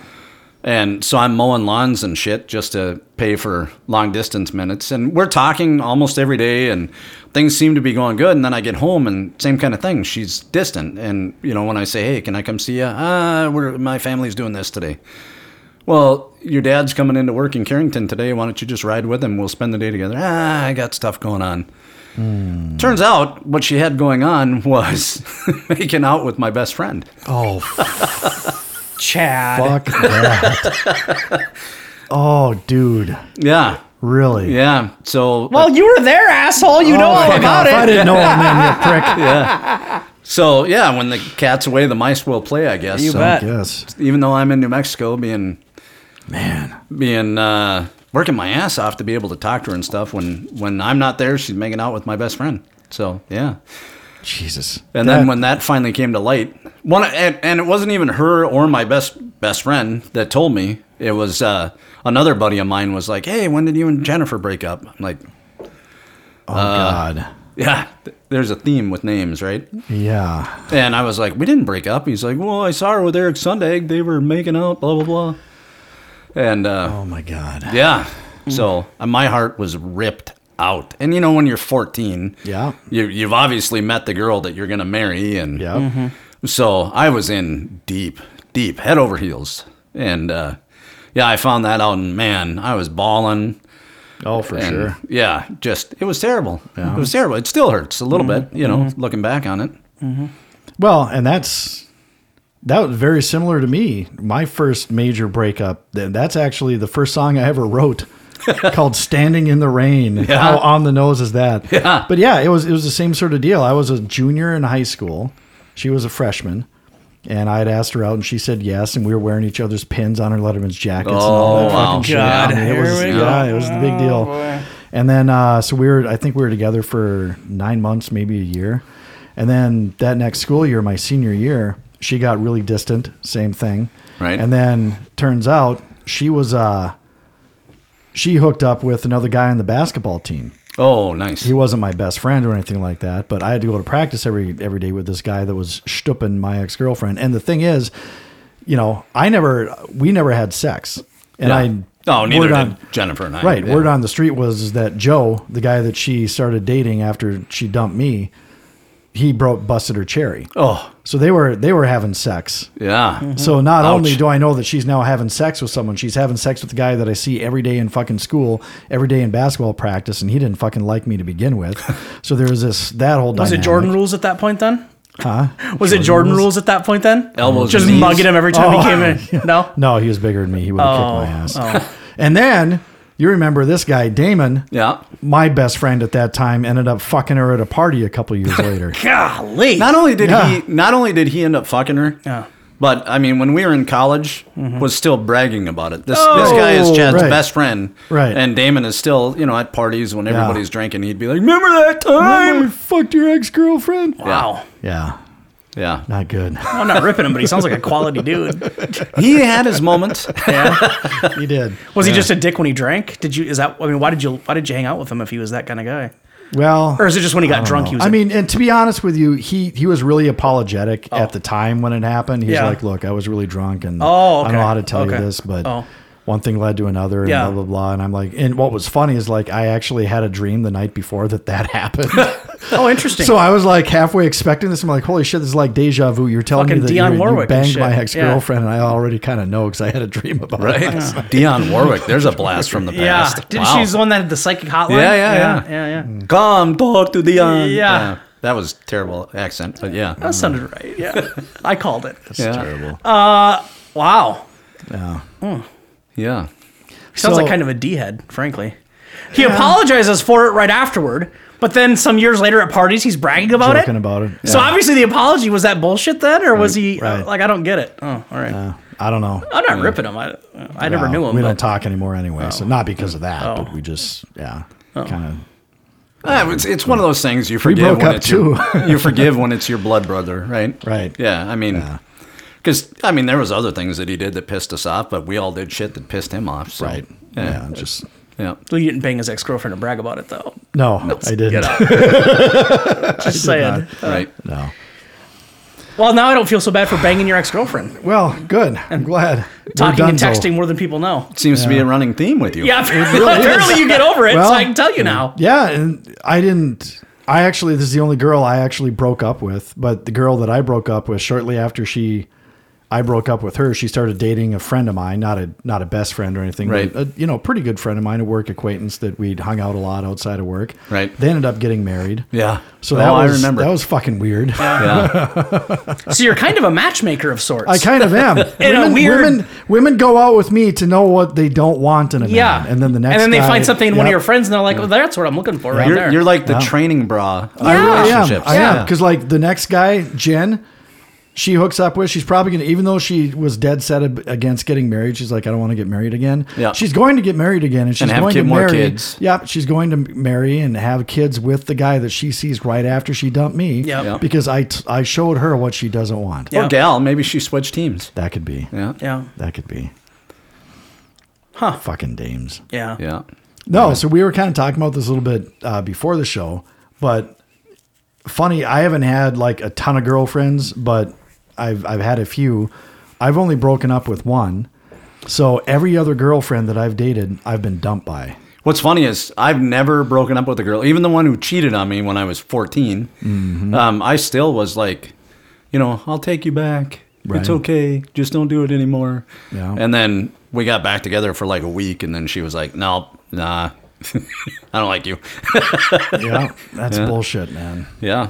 Speaker 3: and so I'm mowing lawns and shit just to pay for long distance minutes. And we're talking almost every day, and things seem to be going good. And then I get home, and same kind of thing. She's distant, and you know when I say, "Hey, can I come see you?" Ah, we're, my family's doing this today. Well, your dad's coming into work in Carrington today. Why don't you just ride with him? We'll spend the day together. Ah, I got stuff going on. Turns out what she had going on (laughs) was making out with my best friend.
Speaker 2: Oh,
Speaker 4: Chad.
Speaker 2: fuck that. Oh, dude.
Speaker 3: Yeah.
Speaker 2: Really?
Speaker 3: Yeah. So
Speaker 4: Well, you were there, asshole. You know all
Speaker 2: Fuck
Speaker 4: about
Speaker 2: off. I
Speaker 4: it.
Speaker 2: didn't
Speaker 4: (laughs)
Speaker 2: know him,
Speaker 3: (laughs)
Speaker 2: man, you prick.
Speaker 3: so yeah, when the cat's away, the mice will play, I guess.
Speaker 4: You
Speaker 3: so,
Speaker 4: bet.
Speaker 2: Yes.
Speaker 3: Even though I'm in New Mexico being
Speaker 2: Man.
Speaker 3: being uh, working my ass off to be able to talk to her and stuff when when I'm not there, she's making out with my best friend. So yeah.
Speaker 2: Jesus.
Speaker 3: And then when that finally came to light, one and, and it wasn't even her or my best best friend that told me. It was uh, another buddy of mine was like, "Hey, when did you and Jennifer break up?" I'm like,
Speaker 2: Oh,
Speaker 3: Uh.
Speaker 2: God.
Speaker 3: "Yeah, th- there's a theme with names, right?"
Speaker 2: Yeah.
Speaker 3: And I was like, "We didn't break up." He's like, "Well, I saw her with Eric Sundag. They were making out, blah blah blah." And uh,
Speaker 2: Oh, Mm. my God.
Speaker 3: yeah, so uh, my heart was ripped out. And you know, when you're 14,
Speaker 2: Yeah.
Speaker 3: you, you've obviously met the girl that you're gonna marry, and
Speaker 2: Yeah.
Speaker 3: So I was in deep, deep, head over heels. And uh, yeah, I found that out, and man, I was bawling.
Speaker 2: Oh, for
Speaker 3: And,
Speaker 2: sure.
Speaker 3: Yeah, just, it was terrible. It was terrible. It still hurts a little
Speaker 2: Mm-hmm.
Speaker 3: bit, you know, looking back on it.
Speaker 2: Well, and that's that was very similar to me. My first major breakup. th- That's actually the first song I ever wrote,
Speaker 3: (laughs)
Speaker 2: called "Standing in the Rain." How on the nose is that?
Speaker 3: Yeah.
Speaker 2: But yeah, it was it was the same sort of deal. I was a junior in high school. She was a freshman. And I had asked her out, and she said yes, and we were wearing each other's pins on our Letterman's jackets. and all
Speaker 3: Oh,
Speaker 2: that fucking
Speaker 3: wow.
Speaker 2: shit.
Speaker 4: God,
Speaker 2: I mean, it
Speaker 4: here
Speaker 2: was,
Speaker 4: we go. Oh,
Speaker 2: yeah, it was the big deal. And then uh, so we were, I think we were together for nine months, maybe a year. And then that next school year, my senior year, she got really distant. Same thing.
Speaker 3: Right.
Speaker 2: And then turns out she was uh, she hooked up with another guy on the basketball team
Speaker 3: Oh, nice.
Speaker 2: he wasn't my best friend or anything like that, but I had to go to practice every every day with this guy that was stupping my ex girlfriend. And the thing is, you know, I never we never had sex, and
Speaker 3: Yeah.
Speaker 2: I
Speaker 3: oh, neither
Speaker 2: word
Speaker 3: did
Speaker 2: on-
Speaker 3: Jennifer and I.
Speaker 2: Right.
Speaker 3: yeah.
Speaker 2: Word on the street was that Joe, the guy that she started dating after she dumped me, he broke busted her cherry.
Speaker 3: Oh,
Speaker 2: So they were they were having sex.
Speaker 3: yeah.
Speaker 2: So not
Speaker 3: Ouch.
Speaker 2: only do I know that she's now having sex with someone, she's having sex with the guy that I see every day in fucking school, every day in basketball practice, and he didn't fucking like me to begin
Speaker 4: (laughs)
Speaker 2: with. so there was this that whole
Speaker 4: Was it
Speaker 2: dynamic.
Speaker 4: Jordan rules at that point then?
Speaker 2: Huh?
Speaker 4: Was it Jordan rules Oh, at that point then?
Speaker 3: Elbows
Speaker 4: Just
Speaker 3: and knees.
Speaker 4: mugging him every time he came (laughs) in. No?
Speaker 2: No, he was bigger than me. He would have
Speaker 4: Oh,
Speaker 2: kicked my ass. (laughs) and then you remember this guy Damon,
Speaker 3: Yeah.
Speaker 2: my best friend at that time, ended up fucking her at a party a couple
Speaker 4: (laughs)
Speaker 2: years later.
Speaker 4: Golly.
Speaker 3: Not only did
Speaker 2: Yeah.
Speaker 3: he, not only did he end up fucking her.
Speaker 4: Yeah.
Speaker 3: But I mean, when we were in college, was still bragging about it. This this guy is
Speaker 2: Oh,
Speaker 3: Chad's
Speaker 2: right.
Speaker 3: best friend,
Speaker 2: Right.
Speaker 3: And Damon is still, you know, at parties when everybody's drinking, he'd be like, "Remember that
Speaker 2: I
Speaker 3: time?"
Speaker 2: fucked your ex girlfriend.
Speaker 4: wow.
Speaker 2: Yeah,
Speaker 3: Yeah,
Speaker 2: not good.
Speaker 4: I'm not ripping him, but he sounds like a
Speaker 2: (laughs)
Speaker 4: quality dude.
Speaker 3: he had his moments. (laughs)
Speaker 2: he did.
Speaker 4: Was he just a dick when he drank? Did you? Is that? I mean, why did you? Why did you hang out with him if he was that kind of guy?
Speaker 2: Well,
Speaker 4: Or is it just when he got drunk? He was.
Speaker 2: I
Speaker 4: a-
Speaker 2: mean, and to be honest with you, he he was really apologetic at the time when it happened. He's
Speaker 4: Oh. Yeah.
Speaker 2: like, "Look, I was really drunk, and
Speaker 4: Oh,
Speaker 2: I don't know
Speaker 4: okay.
Speaker 2: how to tell
Speaker 4: Okay.
Speaker 2: you this, but
Speaker 4: Oh.
Speaker 2: one thing led to another, and
Speaker 4: Yeah.
Speaker 2: blah blah blah." And I'm like, and what was funny is like I actually had a dream the night before that that (laughs)
Speaker 4: (laughs)
Speaker 2: happened.
Speaker 4: oh, interesting.
Speaker 2: so I was like halfway expecting this. I'm like, "Holy shit, this is like deja vu." You're telling
Speaker 4: Fucking
Speaker 2: me that
Speaker 4: Dionne
Speaker 2: you, you
Speaker 4: Warwick and
Speaker 2: banged
Speaker 4: shit.
Speaker 2: my
Speaker 4: Yeah.
Speaker 2: ex girlfriend, and I already kind of know because I had a dream about it.
Speaker 4: (laughs)
Speaker 3: Right, Dion Warwick. There's a blast from the
Speaker 4: yeah,
Speaker 3: past.
Speaker 4: didn't she's the one that had the psychic hotline?
Speaker 3: Yeah, yeah, yeah.
Speaker 4: yeah, yeah.
Speaker 2: Mm.
Speaker 4: yeah.
Speaker 3: Come talk to Dion.
Speaker 4: Yeah.
Speaker 3: that was terrible accent, but yeah,
Speaker 4: That sounded right.
Speaker 2: (laughs)
Speaker 4: Yeah, I called it.
Speaker 3: yeah.
Speaker 2: Terrible.
Speaker 4: Wow,
Speaker 3: Yeah,
Speaker 4: he sounds
Speaker 2: So-
Speaker 4: like kind of a d head, frankly. He apologizes for it right afterward, but then some years later at parties, he's bragging about
Speaker 2: Joking
Speaker 4: it.
Speaker 2: about it.
Speaker 4: So obviously the apology was that bullshit then, or was he
Speaker 2: Right.
Speaker 4: like I don't get it? Oh, all right.
Speaker 2: Yeah. I don't know.
Speaker 4: I'm not ripping him. I, I never
Speaker 2: Well,
Speaker 4: knew him.
Speaker 2: Mm. Oh, We
Speaker 4: but-
Speaker 2: don't talk anymore anyway, so not because of that,
Speaker 4: Oh.
Speaker 2: but we just yeah, kind of.
Speaker 3: Ah, it's, it's one of those things you forgive
Speaker 2: broke
Speaker 3: when
Speaker 2: up (laughs)
Speaker 3: it's Your, you forgive when it's your blood brother, right?
Speaker 2: Right.
Speaker 3: Yeah, I mean, because I mean, there was other things that he did that pissed us off, but we all did shit that pissed him off. So,
Speaker 2: Right.
Speaker 3: Yeah.
Speaker 2: Yeah. just
Speaker 3: Yeah.
Speaker 4: Well, you didn't bang his ex girlfriend and brag about it though.
Speaker 2: No, I didn't.
Speaker 4: Get out.
Speaker 2: (laughs)
Speaker 4: Just saying.
Speaker 3: Right.
Speaker 2: No.
Speaker 4: Well, now I don't feel so bad for banging your ex girlfriend.
Speaker 2: Well, good. I'm glad. We're
Speaker 4: Talking and
Speaker 2: donezo.
Speaker 4: texting more than people know.
Speaker 3: Seems to be a running theme with you.
Speaker 4: Yeah, (laughs) apparently, apparently you get over it, so I can tell you now.
Speaker 2: Yeah, and I didn't. I actually, this is the only girl I actually broke up with. But the girl that I broke up with shortly after she, I broke up with her. She started dating a friend of mine, not a not a best friend or anything,
Speaker 3: Right.
Speaker 2: But a, you know, pretty good friend of mine, a work acquaintance that we'd hung out a lot outside of work.
Speaker 3: Right.
Speaker 2: They ended up getting married.
Speaker 3: Yeah.
Speaker 2: So
Speaker 3: Oh,
Speaker 2: that was
Speaker 3: I remember.
Speaker 2: that was fucking weird. (laughs)
Speaker 3: yeah.
Speaker 4: So you're kind of a matchmaker of sorts. (laughs)
Speaker 2: I kind of am.
Speaker 4: In a
Speaker 2: women,
Speaker 4: weird-
Speaker 2: women women go out with me to know what they don't want in a man.
Speaker 4: yeah.
Speaker 2: And then the next
Speaker 4: And then they
Speaker 2: guy-
Speaker 4: find something in one
Speaker 2: Yep.
Speaker 4: of your friends and they're like, oh, that's what I'm looking for right
Speaker 3: You're,
Speaker 4: there.
Speaker 3: you're like the training bra of
Speaker 4: Yeah.
Speaker 2: I am.
Speaker 3: relationships.
Speaker 2: I
Speaker 4: Yeah.
Speaker 2: am. Because like the next guy, Jen, she hooks up with. She's probably gonna, even though she was dead set ab- against getting married. She's like, I don't want to get married again.
Speaker 3: Yeah.
Speaker 2: She's going to get married again, and she's
Speaker 3: have
Speaker 2: going
Speaker 3: kid-
Speaker 2: to
Speaker 3: more
Speaker 2: marry.
Speaker 3: kids.
Speaker 2: Yep. She's going to marry and have kids with the guy that she sees right after she dumped me.
Speaker 4: Yep.
Speaker 3: Yeah.
Speaker 2: Because I t- I showed her what she doesn't want.
Speaker 4: Yeah.
Speaker 3: Or Oh, gal, maybe she switched teams.
Speaker 2: That could be.
Speaker 3: Yeah.
Speaker 4: yeah.
Speaker 2: That could be.
Speaker 4: Huh.
Speaker 2: Fucking dames.
Speaker 4: Yeah.
Speaker 3: Yeah.
Speaker 2: No, so we were kind of talking about this a little bit uh, before the show, but funny, I haven't had like a ton of girlfriends, but I've I've had a few. I've only broken up with one. So every other girlfriend that I've dated, I've been dumped by. (laughs)
Speaker 3: What's funny is I've never broken up with a girl, even the one who cheated on me when I was 14.
Speaker 2: Mm-hmm.
Speaker 3: Um, I still was like, you know, I'll take you back.
Speaker 2: Right.
Speaker 3: It's okay. Just don't do it anymore.
Speaker 2: Yeah.
Speaker 3: And then we got back together for like a week, and then she was like, no, nah, (laughs) I don't like you. (laughs)
Speaker 2: Yeah, that's bullshit, man.
Speaker 3: yeah.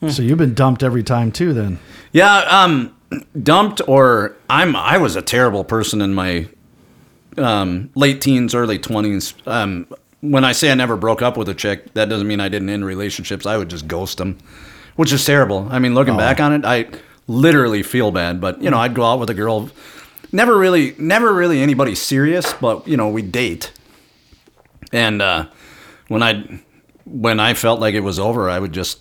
Speaker 3: Hmm.
Speaker 2: So you've been dumped every time too, then.
Speaker 3: Yeah, um, dumped or I'm I was a terrible person in my um, late teens, early twenties. Um, when I say I never broke up with a chick, that doesn't mean I didn't end relationships. I would just ghost them, which is terrible. I mean, looking back on it, I literally feel bad. But you know, I'd go out with a girl, never really, never really anybody serious, but you know, we date. And uh, when I when I felt like it was over, I would just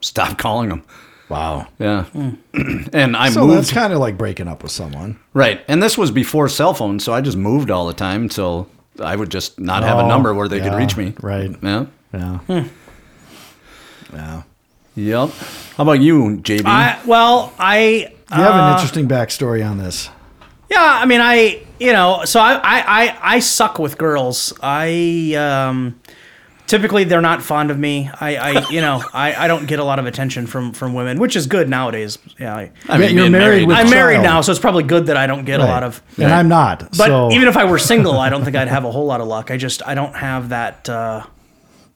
Speaker 3: stop (laughs) calling them.
Speaker 2: Wow.
Speaker 3: Yeah.
Speaker 4: Hmm.
Speaker 3: (clears throat) and I
Speaker 2: So
Speaker 3: moved.
Speaker 2: that's kind of like breaking up with someone.
Speaker 3: right. And this was before cell phones, so I just moved all the time. So I would just not have
Speaker 2: Oh,
Speaker 3: a number where they
Speaker 2: yeah,
Speaker 3: could reach me.
Speaker 2: right.
Speaker 3: Yeah. Hmm.
Speaker 2: Yeah. Yeah.
Speaker 3: Yep. How about you, JB?
Speaker 4: I, well, I.
Speaker 2: You have
Speaker 4: uh,
Speaker 2: an interesting backstory on this.
Speaker 4: Yeah, I mean, I you know, so I I I, I suck with girls. I um, typically they're not fond of me. I I
Speaker 2: (laughs)
Speaker 4: you know I I don't get a lot of attention from from women, which is good nowadays. Yeah, I,
Speaker 3: I mean,
Speaker 2: Yeah, you're
Speaker 3: being
Speaker 2: married with-
Speaker 4: I'm married
Speaker 2: child.
Speaker 4: now, so it's probably good that I don't get a lot
Speaker 2: Right.
Speaker 4: of.
Speaker 2: and I'm not.
Speaker 4: But
Speaker 2: so,
Speaker 4: even if I were single, I don't
Speaker 2: (laughs)
Speaker 4: think I'd have a whole lot of luck. I just I don't have that. Uh,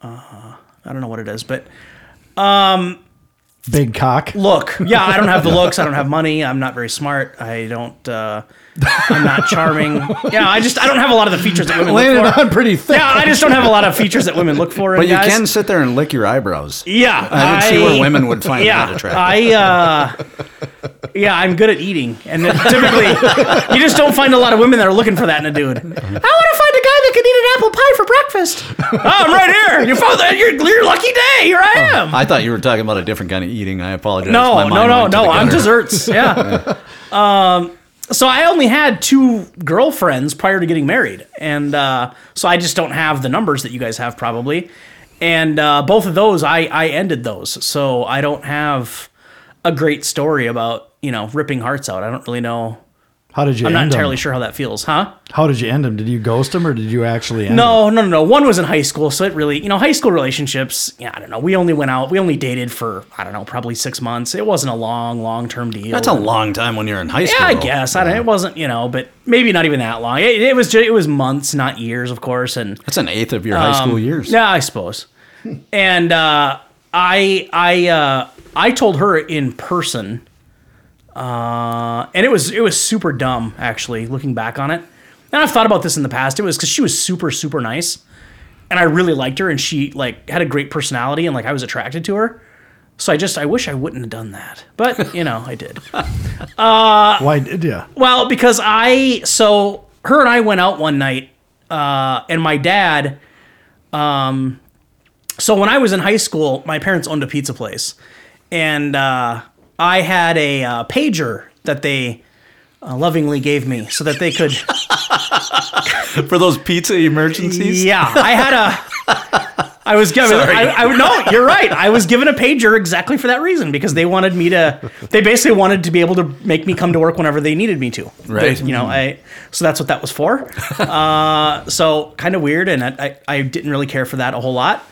Speaker 4: uh, I don't know what it is, but
Speaker 2: big cock. (laughs)
Speaker 4: look yeah i don't have the looks i don't have money i'm not very smart i don't uh i'm not charming yeah i just i don't have a lot of the features that women
Speaker 2: Landed (laughs)
Speaker 4: look for
Speaker 2: on pretty thick.
Speaker 4: yeah i just don't have a lot of features that women look for in
Speaker 3: but you
Speaker 4: guys. E
Speaker 3: can sit there and lick your eyebrows.
Speaker 4: yeah
Speaker 3: I would see where women would find
Speaker 4: yeah
Speaker 3: that attractive.
Speaker 4: i uh yeah, I'm good at eating, and then typically (laughs) you just don't find a lot of women that are looking for that in a dude. I want to find a guy that can eat an apple pie for breakfast. oh, I'm right here. You found that. Your, your lucky day. Here I am.
Speaker 3: I thought you were talking about a different kind of eating. I apologize. My
Speaker 4: No,
Speaker 3: mind
Speaker 4: no, no,
Speaker 3: went to
Speaker 4: no.
Speaker 3: the
Speaker 4: I'm
Speaker 3: gutter. (laughs)
Speaker 4: desserts. Yeah. um, so I only had two girlfriends prior to getting married, and uh, so I just don't have the numbers that you guys have probably. And uh, both of those, I I ended those, so I don't have a great story about you know ripping hearts out. I don't really know.
Speaker 2: How did you?
Speaker 4: I'm not
Speaker 2: end
Speaker 4: entirely
Speaker 2: him?
Speaker 4: sure how that feels, huh?
Speaker 2: How did you end him? Did you ghost him or did you actually end him?
Speaker 4: No, no, no, no. One was in high school, so it really, you know, high school relationships. Yeah, I don't know. We only went out. We only dated for I don't know, probably six months. It wasn't a long, long term deal.
Speaker 3: That's a long time when you're in high school.
Speaker 4: Yeah, I guess. I don't, it wasn't, you know, but maybe not even that long. It, it was just, it was months, not years, of course. And
Speaker 3: That's an eighth of your high school years.
Speaker 4: Um, yeah, I suppose. and uh, I I uh, I told her in person, uh, and it was it was super dumb actually. Looking back on it, and I've thought about this in the past. It was because she was super super nice, and I really liked her, and she like had a great personality, and like I was attracted to her. So I just I wish I wouldn't have done that, but you know I did.
Speaker 2: Why did you?
Speaker 4: uh, Well, because I so her and I went out one night, uh, and my dad. Um, so when I was in high school, my parents owned a pizza place, and uh, I had a uh, pager that they uh, lovingly gave me so that they could.
Speaker 3: for those pizza emergencies.
Speaker 4: yeah, I had a. I was given.
Speaker 3: Sorry.
Speaker 4: I, I no, you're right. I was given a pager exactly for that reason because they wanted me to. They basically wanted to be able to make me come to work whenever they needed me to.
Speaker 3: Right.
Speaker 4: You know, I. So that's what that was for. Uh, so kind of weird, and I, I I didn't really care for that a whole lot.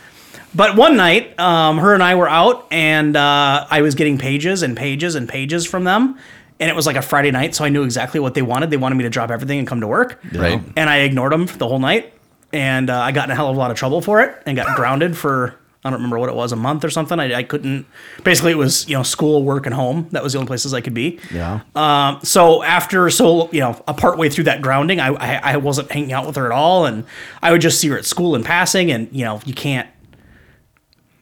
Speaker 4: But one night, um, her and I were out, and uh, I was getting pages and pages and pages from them. And it was like a Friday night, so I knew exactly what they wanted. They wanted me to drop everything and come to work.
Speaker 3: Right.
Speaker 4: And I ignored them for the whole night. And uh, I got in a hell of a lot of trouble for it and got grounded for, I don't remember what it was, a month or something. I, I couldn't, basically, it was, you know, school, work, and home. That was the only places I could be.
Speaker 2: Yeah.
Speaker 4: Um, so after so you know a part way through that grounding, I, I I wasn't hanging out with her at all, and I would just see her at school and passing, and you know you can't.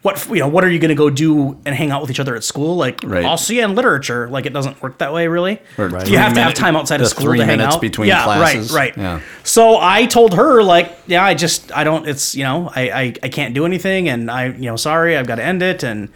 Speaker 4: What you know? What are you going to go do and hang out with each other at school? Like
Speaker 3: Right.
Speaker 4: I'll see you in literature. Like it doesn't work that way, really.
Speaker 3: Or
Speaker 4: You have to have
Speaker 3: three-minute-
Speaker 4: time outside of
Speaker 3: the
Speaker 4: school
Speaker 3: three
Speaker 4: to hang
Speaker 3: minutes
Speaker 4: out
Speaker 3: between
Speaker 4: yeah,
Speaker 3: classes.
Speaker 4: Right, right.
Speaker 3: Yeah.
Speaker 4: So I told her like, yeah, I just I don't. It's you know I I, I can't do anything, and I you know sorry I've got to end it, and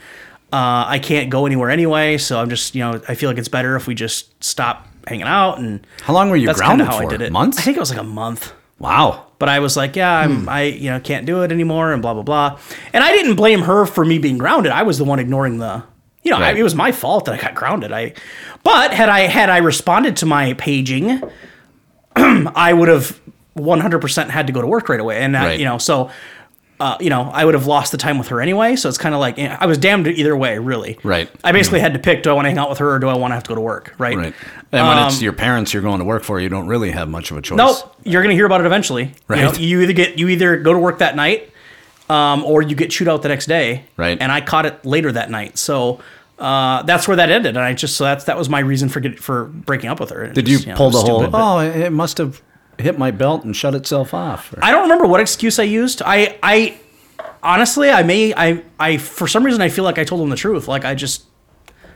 Speaker 4: uh, I can't go anywhere anyway. So I'm just you know I feel like it's better if we just stop hanging out and.
Speaker 3: How long were you
Speaker 4: That's kind
Speaker 3: grounded
Speaker 4: of how
Speaker 3: for?
Speaker 4: I did it.
Speaker 3: Months.
Speaker 4: I think it was like a month.
Speaker 3: wow.
Speaker 4: But I was like, yeah, I'm,
Speaker 3: Hmm.
Speaker 4: I you know can't do it anymore, and blah blah blah. And I didn't blame her for me being grounded. I was the one ignoring the, you know, I,
Speaker 3: Right.
Speaker 4: it was my fault that I got grounded. I, but had I had I responded to my paging, (clears throat) I would have 100% had to go to work right away, and that,
Speaker 3: Right.
Speaker 4: you know, so. Uh, you know, I would have lost the time with her anyway, so it's kind of like eh, I was damned either way, really.
Speaker 3: Right.
Speaker 4: I basically had to pick: do I want to hang out with her or do I want to have to go to work? Right. Um,
Speaker 3: Right. And when it's your parents you're going to work for, you don't really have much of a choice.
Speaker 4: Nope, you're gonna hear about it eventually. You, know,
Speaker 3: Right.
Speaker 4: you either get you either go to work that night, um, or you get chewed out the next day.
Speaker 3: Right.
Speaker 4: And I caught it later that night, so uh, that's where that ended. And I just so that's that was my reason for get, for breaking up with her.
Speaker 3: Did you pull the whole? Oh,
Speaker 4: Oh.
Speaker 3: it must have hit my belt and shut itself off. or-
Speaker 4: I don't remember what excuse I used. I I honestly I may I I for some reason I feel like I told them the truth. Like I just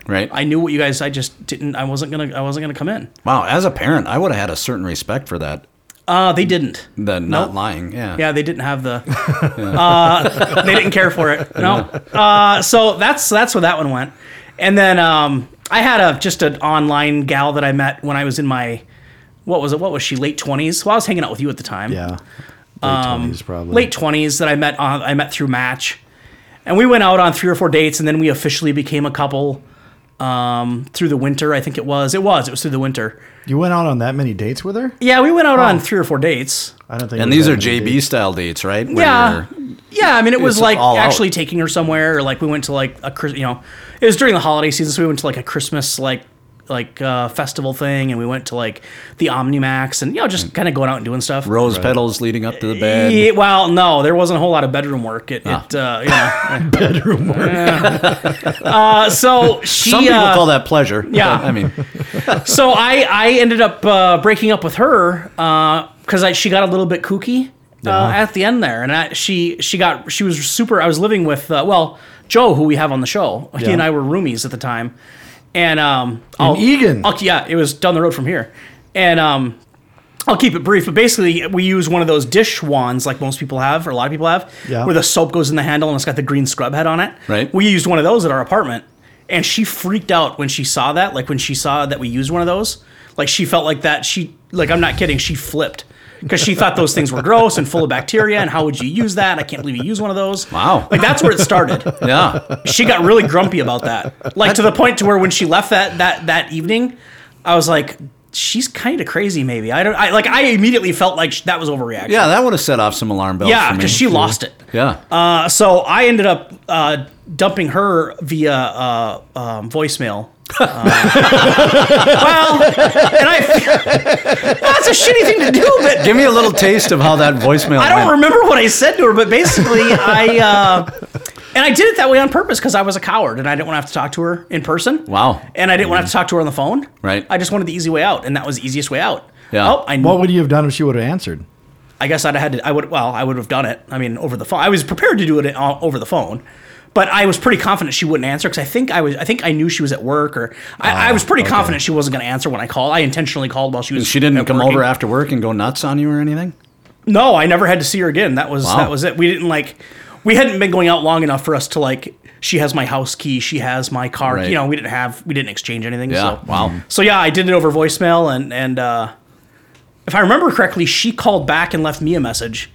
Speaker 3: right.
Speaker 4: I knew what you guys. I just didn't. I wasn't gonna. I wasn't gonna come in.
Speaker 3: wow. As a parent, I would have had a certain respect for that.
Speaker 4: Uh, they didn't.
Speaker 3: The not
Speaker 4: Nope.
Speaker 3: lying. Yeah.
Speaker 4: Yeah, they didn't have the. uh, they didn't care for it. No. Uh, so that's that's where that one went. And then um, I had a just an online gal that I met when I was in my, what was it? What was she? Late twenties. Well, I was hanging out with you at the time.
Speaker 2: Yeah. Late 20s probably.
Speaker 4: um, Late twenties that I met. On, I met through Match, and we went out on three or four dates, and then we officially became a couple. Um, through the winter, I think it was. It was. It was through the winter.
Speaker 2: You went out on that many dates with her?
Speaker 4: Yeah, we went out on three or four dates.
Speaker 2: I don't think.
Speaker 3: And
Speaker 2: it was
Speaker 3: these
Speaker 2: that
Speaker 3: are
Speaker 2: many
Speaker 3: JB
Speaker 2: dates.
Speaker 3: style dates, right? Where
Speaker 4: Yeah.
Speaker 3: you're-
Speaker 4: Yeah, I mean, it was
Speaker 3: It's
Speaker 4: like
Speaker 3: all out.
Speaker 4: actually taking her somewhere, or like we went to like a Chris, you know, it was during the holiday season, so we went to like a Christmas like like uh, festival thing, and we went to like the Omnimax, and you know,
Speaker 3: Mm.
Speaker 4: just kind of going out and doing stuff.
Speaker 3: Rose petals leading up to the bed.
Speaker 4: Yeah, well, no, there wasn't a whole lot of bedroom work. It,
Speaker 3: Ah.
Speaker 4: it uh, you
Speaker 2: (laughs)
Speaker 4: know,
Speaker 2: Bedroom work.
Speaker 4: uh, so she.
Speaker 3: Some people
Speaker 4: uh,
Speaker 3: call that pleasure.
Speaker 4: yeah.
Speaker 3: but, (laughs) I mean,
Speaker 4: (laughs) so I, I ended up uh, breaking up with her because I she got a little bit kooky uh, at the end there, and I, she she got she was super. I was living with uh, well Joe, who we have on the show. He
Speaker 2: Yeah.
Speaker 4: and I were roomies at the time, and um, I'll-
Speaker 2: Eagan.
Speaker 4: I'll- yeah, it was down the road from here, and um, I'll keep it brief, but basically we use one of those dish wands like most people have, or a lot of people have,
Speaker 2: Yeah.
Speaker 4: where the soap goes in the handle and it's got the green scrub head on it.
Speaker 3: Right.
Speaker 4: We used one of those at our apartment, and she freaked out when she saw that. Like when she saw that we used one of those, like she felt like that. She like I'm not kidding. She flipped because she thought those things were gross and full of bacteria. And how would you use that? I can't believe you use one of those.
Speaker 3: Wow.
Speaker 4: Like that's where it started
Speaker 3: yeah.
Speaker 4: she got really grumpy about that. Like to the point to where when she left that that that evening, I was like, she's kind of crazy. Maybe I don't. I like I immediately felt like sh- that was overreaction.
Speaker 3: Yeah, that would have set off some alarm bells.
Speaker 4: yeah,
Speaker 3: for me.
Speaker 4: because she lost it.
Speaker 3: Yeah.
Speaker 4: Uh, so I ended up uh, dumping her via uh, um, voicemail. Uh, (laughs) well, and I, that's a shitty thing to do, but
Speaker 3: Give me a little taste of how that voicemail.
Speaker 4: (laughs) I don't
Speaker 3: went.
Speaker 4: remember what I said to her, but basically, I uh, and I did it that way on purpose because I was a coward and I didn't want to have to talk to her in person.
Speaker 3: Wow. Mm.
Speaker 4: And I didn't want to have to talk to her on the phone.
Speaker 3: Right.
Speaker 4: I just wanted the easy way out, and that was the easiest way out.
Speaker 3: Yeah.
Speaker 4: Oh, I
Speaker 2: What would you have done if she would have answered?
Speaker 4: I guess I'd had to. I would. Well, I would have done it. I mean, over the phone. I was prepared to do it o- over the phone, but I was pretty confident she wouldn't answer because I think I was. I think I knew she was at work, or I, I was pretty confident she wasn't going to answer when I called. I intentionally called while she was.
Speaker 3: Ah, She didn't
Speaker 4: at
Speaker 3: come
Speaker 4: working.
Speaker 3: over after work and go nuts on you or anything.
Speaker 4: No, I never had to see her again. That was
Speaker 3: Wow.
Speaker 4: that was it. We didn't like we hadn't been going out long enough for us to like she has my house key, she has my car.
Speaker 3: Right.
Speaker 4: You know, we didn't have we didn't exchange anything.
Speaker 3: Yeah.
Speaker 4: So.
Speaker 3: Wow.
Speaker 4: So yeah, I did it over voicemail, and and uh, if I remember correctly, she called back and left me
Speaker 3: (laughs)
Speaker 4: a message,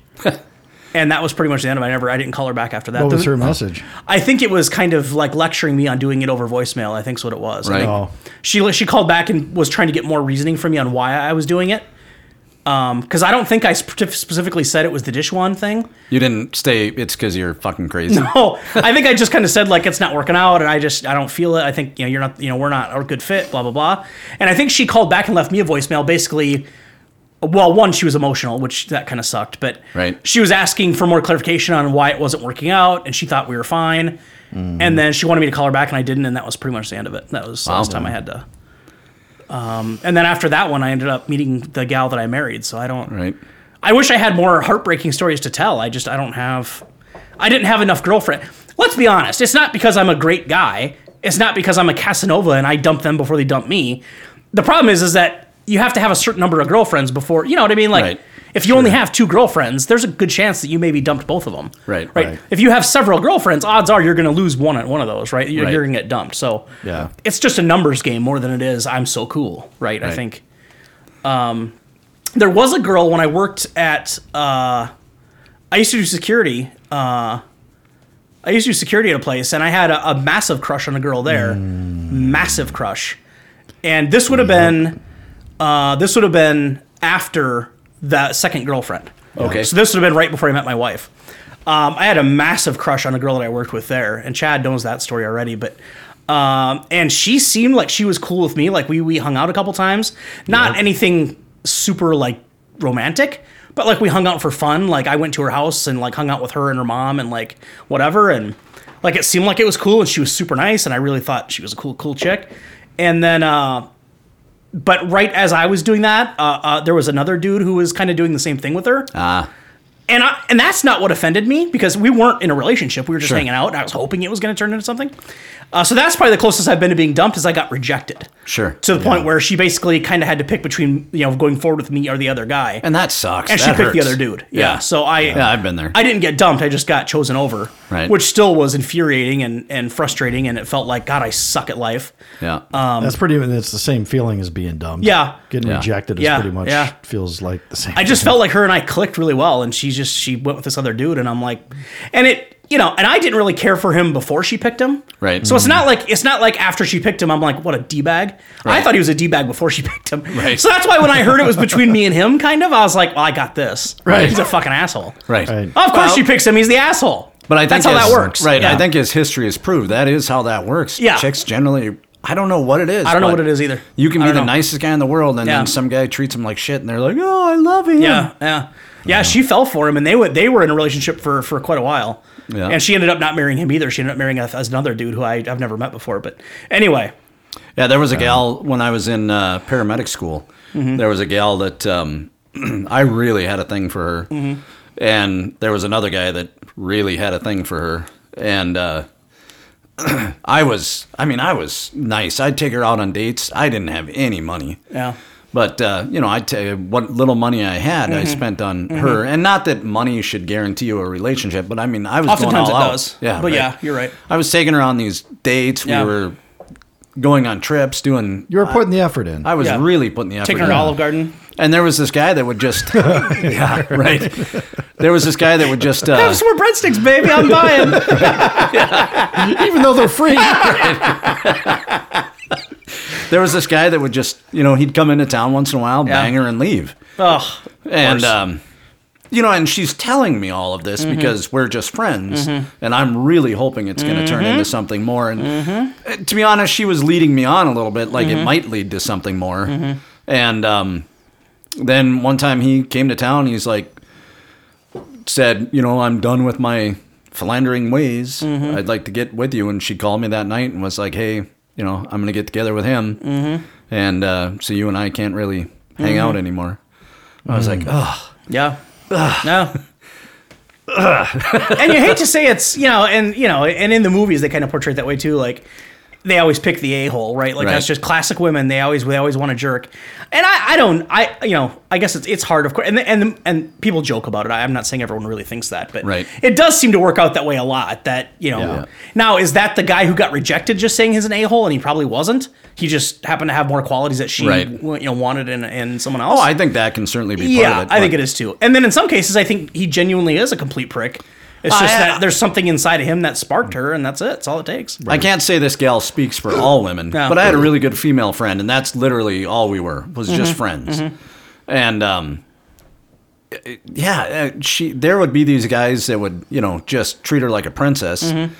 Speaker 4: and that was pretty much the end of it. I never, I didn't call her back after that.
Speaker 2: What was
Speaker 4: The-
Speaker 2: her message?
Speaker 4: I think it was kind of like lecturing me on doing it over voicemail. I think's what it was. I
Speaker 3: Right.
Speaker 4: think
Speaker 2: Oh,
Speaker 4: she she called back and was trying to get more reasoning from me on why I was doing it. Um, because I don't think I sp- specifically said it was the Dishwan thing.
Speaker 3: You didn't stay. It's because you're fucking crazy.
Speaker 4: Oh, I think I just kind of said like it's not working out, and I just I don't feel it. I think you know you're not you know we're not a good fit. Blah blah blah. And I think she called back and left me a voicemail. Basically, well, one she was emotional, which that kind of sucked. But
Speaker 3: Right.
Speaker 4: she was asking for more clarification on why it wasn't working out, and she thought we were fine.
Speaker 3: Mm.
Speaker 4: And then she wanted me to call her back, and I didn't, and that was pretty much the end of it. That was the
Speaker 3: Wow.
Speaker 4: last time I had to. Um, and then after that one, I ended up meeting the gal that I married. So I don't.
Speaker 3: Right.
Speaker 4: I wish I had more heartbreaking stories to tell. I just I don't have I didn't have enough girlfriend. Let's be honest. It's not because I'm a great guy. It's not because I'm a Casanova and I dump them before they dump me. The problem is is that you have to have a certain number of girlfriends before, you know what I mean? Like
Speaker 3: Right.
Speaker 4: if you only have two girlfriends, there's a good chance that you maybe dumped both of them.
Speaker 3: Right.
Speaker 4: Right.
Speaker 2: Right.
Speaker 4: If you have several girlfriends, odds are you're going to lose one at one of those, right? You're,
Speaker 3: Right.
Speaker 4: you're going to get dumped. So
Speaker 2: Yeah.
Speaker 4: it's just a numbers game more than it is I'm so cool, right? I
Speaker 3: Right.
Speaker 4: think. Um, there was a girl when I worked at. Uh, I used to do security. Uh, I used to do security at a place, and I had a, a massive crush on a girl there, massive crush, and this would have been, uh, this would have been after that second girlfriend.
Speaker 3: Okay.
Speaker 4: So this would have been right before I met my wife. Um, I had a massive crush on a girl that I worked with there, and Chad knows that story already. But um, and she seemed like she was cool with me. Like we we hung out a couple times. Not anything super like romantic, but like we hung out for fun. Like I went to her house and like hung out with her and her mom and like whatever. And like it seemed like it was cool, and she was super nice, and I really thought she was a cool cool chick. And then. Uh, but right as I was doing that, uh, uh, there was another dude who was kind of doing the same thing with her
Speaker 3: Ah.
Speaker 4: and I, and that's not what offended me because we weren't in a relationship. We were just hanging out. And I was hoping it was going to turn into something. Uh, so that's probably the closest I've been to being dumped is I got rejected
Speaker 3: Sure.
Speaker 4: to the point where she basically kind of had to pick between you know going forward with me or the other guy, and,
Speaker 3: and that sucks.
Speaker 4: she
Speaker 3: That
Speaker 4: picked the
Speaker 3: hurts.
Speaker 4: other dude. Yeah.
Speaker 3: Yeah.
Speaker 4: So uh, I
Speaker 3: Yeah, I've been there.
Speaker 4: I didn't get dumped. I just got chosen over,
Speaker 3: Right.
Speaker 4: which still was infuriating and and frustrating, and it felt like God, I suck at life.
Speaker 3: yeah.
Speaker 4: um,
Speaker 2: that's pretty. It's the same feeling as being dumped.
Speaker 4: Yeah.
Speaker 2: getting
Speaker 3: Yeah.
Speaker 2: rejected is
Speaker 4: Yeah,
Speaker 2: pretty much
Speaker 4: yeah.
Speaker 2: feels like the same.
Speaker 4: I just felt like her and I clicked really well, and she just she went with this other dude, and I'm like, and it you know, and I didn't really care for him before she picked him,
Speaker 3: Right.
Speaker 4: So it's not like it's not like after she picked him, I'm like, what a d bag. I
Speaker 3: Right.
Speaker 4: thought he was a d bag before she (laughs) picked him,
Speaker 3: Right.
Speaker 4: So that's why when I heard it was between me and him, kind of, I was like, well, I got this.
Speaker 3: Right.
Speaker 4: He's a fucking asshole.
Speaker 3: right.
Speaker 2: Right.
Speaker 4: Of course
Speaker 3: Well-
Speaker 4: she picks him. He's the asshole.
Speaker 3: But I think
Speaker 4: that's how
Speaker 3: as-
Speaker 4: that works.
Speaker 3: Right.
Speaker 4: Yeah.
Speaker 3: I think as history has proved, that is how that works.
Speaker 4: Yeah.
Speaker 3: Chicks generally. I don't know what it is.
Speaker 4: I don't know
Speaker 3: but
Speaker 4: what it is either.
Speaker 3: You can
Speaker 4: I
Speaker 3: be the
Speaker 4: don't know.
Speaker 3: nicest guy in the world, and
Speaker 4: Yeah.
Speaker 3: then some guy treats him like shit, and they're like, "Oh, I love him."
Speaker 4: Yeah, yeah, yeah. She fell for him, and they were they were in a relationship for for quite a while.
Speaker 3: Yeah.
Speaker 4: And she ended up not marrying him either. She ended up marrying a, as another dude who I, I've never met before. But anyway,
Speaker 3: Yeah, there was a gal when I was in uh, paramedic school.
Speaker 4: Mm-hmm.
Speaker 3: There was a gal that um, (clears throat) I really had a thing for her,
Speaker 4: Mm-hmm.
Speaker 3: and there was another guy that really had a thing for her, and uh, (clears throat) I was, I mean, I was nice. I'd take her out on dates. I didn't have any money.
Speaker 4: yeah,
Speaker 3: But uh, you know, I tell you what little money I had,
Speaker 4: Mm-hmm.
Speaker 3: I spent on her, and not that money should guarantee you a relationship, but I mean, I was
Speaker 4: oftentimes it
Speaker 3: going all out.
Speaker 4: does.
Speaker 3: Yeah,
Speaker 4: but
Speaker 3: right.
Speaker 4: yeah, you're right.
Speaker 3: I was taking her on these dates.
Speaker 4: Yeah.
Speaker 3: We were going on trips, doing.
Speaker 2: you were putting the effort in.
Speaker 3: I was
Speaker 4: Yeah.
Speaker 3: really putting the effort.
Speaker 4: Taking her to
Speaker 3: in.
Speaker 4: Olive Garden.
Speaker 3: And there was this guy that would
Speaker 4: (laughs)
Speaker 3: just. yeah, right. There was this guy that would just. Uh,
Speaker 4: Have some more breadsticks, baby. I'm buying.
Speaker 3: (laughs)
Speaker 2: even though they're
Speaker 4: (laughs)
Speaker 2: free.
Speaker 3: there was this guy that would just, you know, he'd come into town once in a while, bang her, and leave.
Speaker 4: oh,
Speaker 3: and
Speaker 4: course.
Speaker 3: um, you know, and she's telling me all of this because we're just friends, and I'm really hoping it's going to turn into something more. And uh, to be honest, she was leading me on a little bit, like it might lead to something more. And um, then one time he came to town, he's like, said, you know, I'm done with my philandering ways. I'd like to get with you. And she called me that night and was like, hey, you know, I'm going to get together with him, and uh, so you and I can't really hang out anymore. I was like, oh,
Speaker 4: yeah, no. and you hate to say it's you know, and you know, and in the movies they kind of portray it that way too. Like they always pick the a hole, right? Like
Speaker 3: Right.
Speaker 4: that's just classic women. They always they always want a jerk, and I, I don't I you know I guess it's it's hard of course, and and and people joke about it. I, I'm not saying everyone really thinks that, but
Speaker 3: Right.
Speaker 4: it does seem to work out that way a lot. That you know
Speaker 2: Yeah.
Speaker 4: now is that the guy who got rejected just saying he's an a hole and he probably wasn't. He just happened to have more qualities that she
Speaker 3: Right.
Speaker 4: w- you know wanted in in someone else.
Speaker 3: Oh, I think that can certainly be part
Speaker 4: yeah,
Speaker 3: of it.
Speaker 4: I think
Speaker 3: but-
Speaker 4: it is too. And then in some cases, I think he genuinely is a complete prick. It's
Speaker 3: I- uh,
Speaker 4: just that there's something inside of him that sparked her, and that's it. It's all it takes.
Speaker 3: I can't say this gal speaks for all women,
Speaker 4: No.
Speaker 3: but I had a really good female friend, and that's literally all we were was just
Speaker 4: Mm-hmm.
Speaker 3: friends. And um, it- yeah, uh, she there would be these guys that would you know just treat her like a princess,
Speaker 4: Mm-hmm.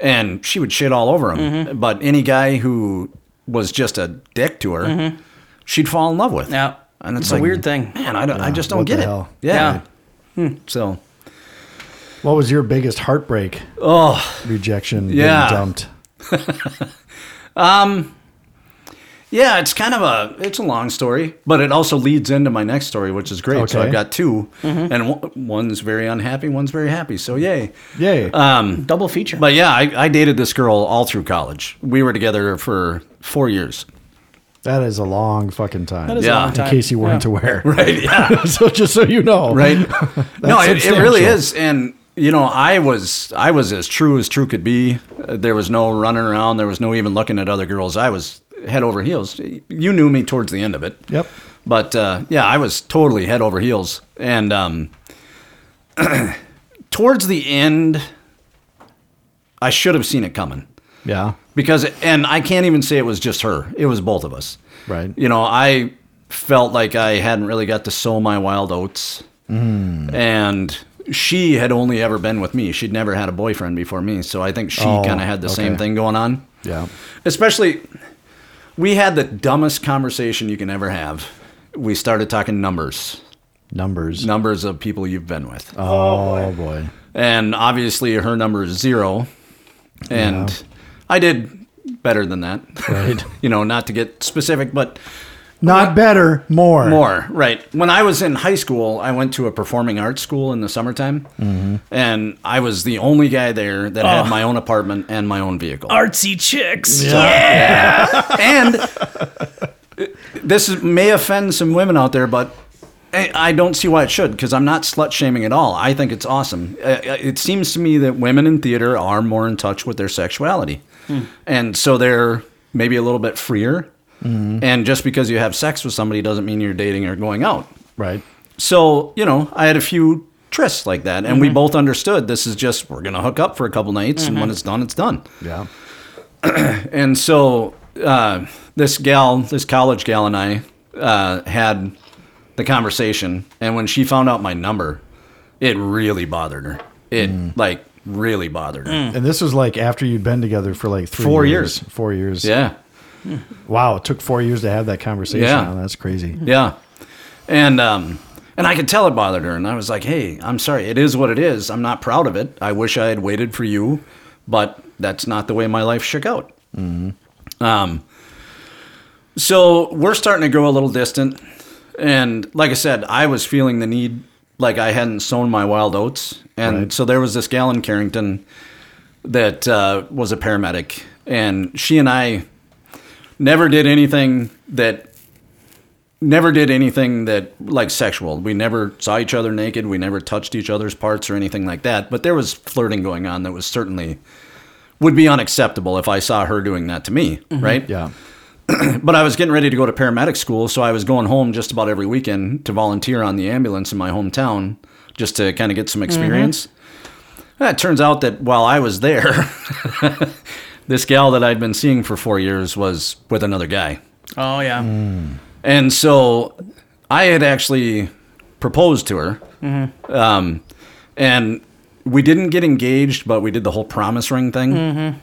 Speaker 3: and she would shit all over him. But any guy who was just a dick to her, she'd fall in love with.
Speaker 4: Mm-hmm. Yeah.
Speaker 3: and it's,
Speaker 4: It's a
Speaker 3: like,
Speaker 4: weird thing.
Speaker 3: Man, I, don't, I just don't
Speaker 2: what the
Speaker 3: get it.
Speaker 2: hell?
Speaker 3: Yeah. So
Speaker 2: What was your biggest heartbreak? Oh, rejection.
Speaker 3: Yeah.
Speaker 2: Being dumped.
Speaker 3: Yeah, it's kind of a it's a long story, but it also leads into my next story, which is great. So
Speaker 2: Okay. Mm-hmm.
Speaker 3: I've got 2 and one- one's very unhappy, one's very happy. So yay.
Speaker 2: Yay.
Speaker 3: Uh,
Speaker 4: Double feature.
Speaker 3: But yeah, I, I dated this girl all through college. We were together for
Speaker 2: (laughs)
Speaker 3: four years.
Speaker 2: that is a long fucking time.
Speaker 4: That is
Speaker 3: yeah.
Speaker 4: a long
Speaker 3: In
Speaker 4: time.
Speaker 2: in case you weren't
Speaker 4: Yeah.
Speaker 2: aware.
Speaker 3: (laughs) Right?
Speaker 2: (laughs)
Speaker 3: Yeah.
Speaker 2: so just so you know. (laughs)
Speaker 3: right. no, it, it
Speaker 2: substantial.
Speaker 3: really is, and you know, I was I was as true as true could be. Uh, There was no running around. There was no even looking at other girls. I was head over heels. You knew me towards the end of it.
Speaker 2: Yep.
Speaker 3: But uh, yeah, I was totally head over heels. And um, (clears throat) towards the end, I should have seen it coming
Speaker 2: Yeah.
Speaker 3: because, and I can't even say it was just her, it was both of us.
Speaker 2: Right.
Speaker 3: You know, I felt like I hadn't really got to sow my wild oats.
Speaker 2: Hmm.
Speaker 3: And she had only ever been with me. She'd never had a boyfriend before me. So I think she
Speaker 2: Oh,
Speaker 3: kind of had the same
Speaker 2: okay.
Speaker 3: thing going on
Speaker 2: Yeah.
Speaker 3: especially we had the dumbest conversation you can ever have we started talking numbers
Speaker 2: Numbers.
Speaker 3: numbers of people you've been with
Speaker 2: Oh boy.
Speaker 3: and obviously her number is zero and i did better than that
Speaker 2: Right.
Speaker 3: (laughs) you know not to get specific but
Speaker 2: Not better, more.
Speaker 3: more right when i was in high school i went to a performing arts school in the summertime and i was the only guy there that had my own apartment and my own vehicle
Speaker 4: Artsy chicks. Yeah.
Speaker 3: and this is, may offend some women out there, but I I don't see why it should because I'm not slut shaming at all. I think it's awesome. Uh, It seems to me that women in theater are more in touch with their sexuality, and so they're maybe a little bit freer. And just because you have sex with somebody doesn't mean you're dating or going out.
Speaker 2: Right.
Speaker 3: So, you know, I had a few trysts like that, and we both understood this is just we're gonna hook up for a couple nights, and when it's done, it's done.
Speaker 2: Yeah.
Speaker 3: And so uh, this gal, this college gal, and I uh, had the conversation. And when she found out my number, it really bothered her. It like really bothered her.
Speaker 2: And this was like after you'd been together for like three
Speaker 3: Four years.
Speaker 2: Four years.
Speaker 3: Yeah,
Speaker 2: Wow. It took four years to have that conversation.
Speaker 3: Yeah. Hmm.
Speaker 2: Oh, that's crazy.
Speaker 3: yeah. And um, and I could tell it bothered her. And I was like, hey, I'm sorry. It is what it is. I'm not proud of it. I wish I had waited for you, but that's not the way my life shook out. Um, so we're starting to grow a little distant. And like I said, I was feeling the need, like I hadn't sown my wild oats. And
Speaker 2: Right.
Speaker 3: so there was this gal in Carrington that uh, was a paramedic. And she and I never did anything that, never did anything that, like sexual. We never saw each other naked. We never touched each other's parts or anything like that. But there was flirting going on that was certainly, would be unacceptable if I saw her doing that to me, right?
Speaker 2: Yeah.
Speaker 3: But I was getting ready to go to paramedic school, so I was going home just about every weekend to volunteer on the ambulance in my hometown just to kind of get some experience. And It turns out that while I was there, (laughs) this gal that I'd been seeing for four years was with another guy.
Speaker 4: Oh yeah.
Speaker 3: Mm. And so I had actually proposed to her. Um, and we didn't get engaged, but we did the whole promise ring thing.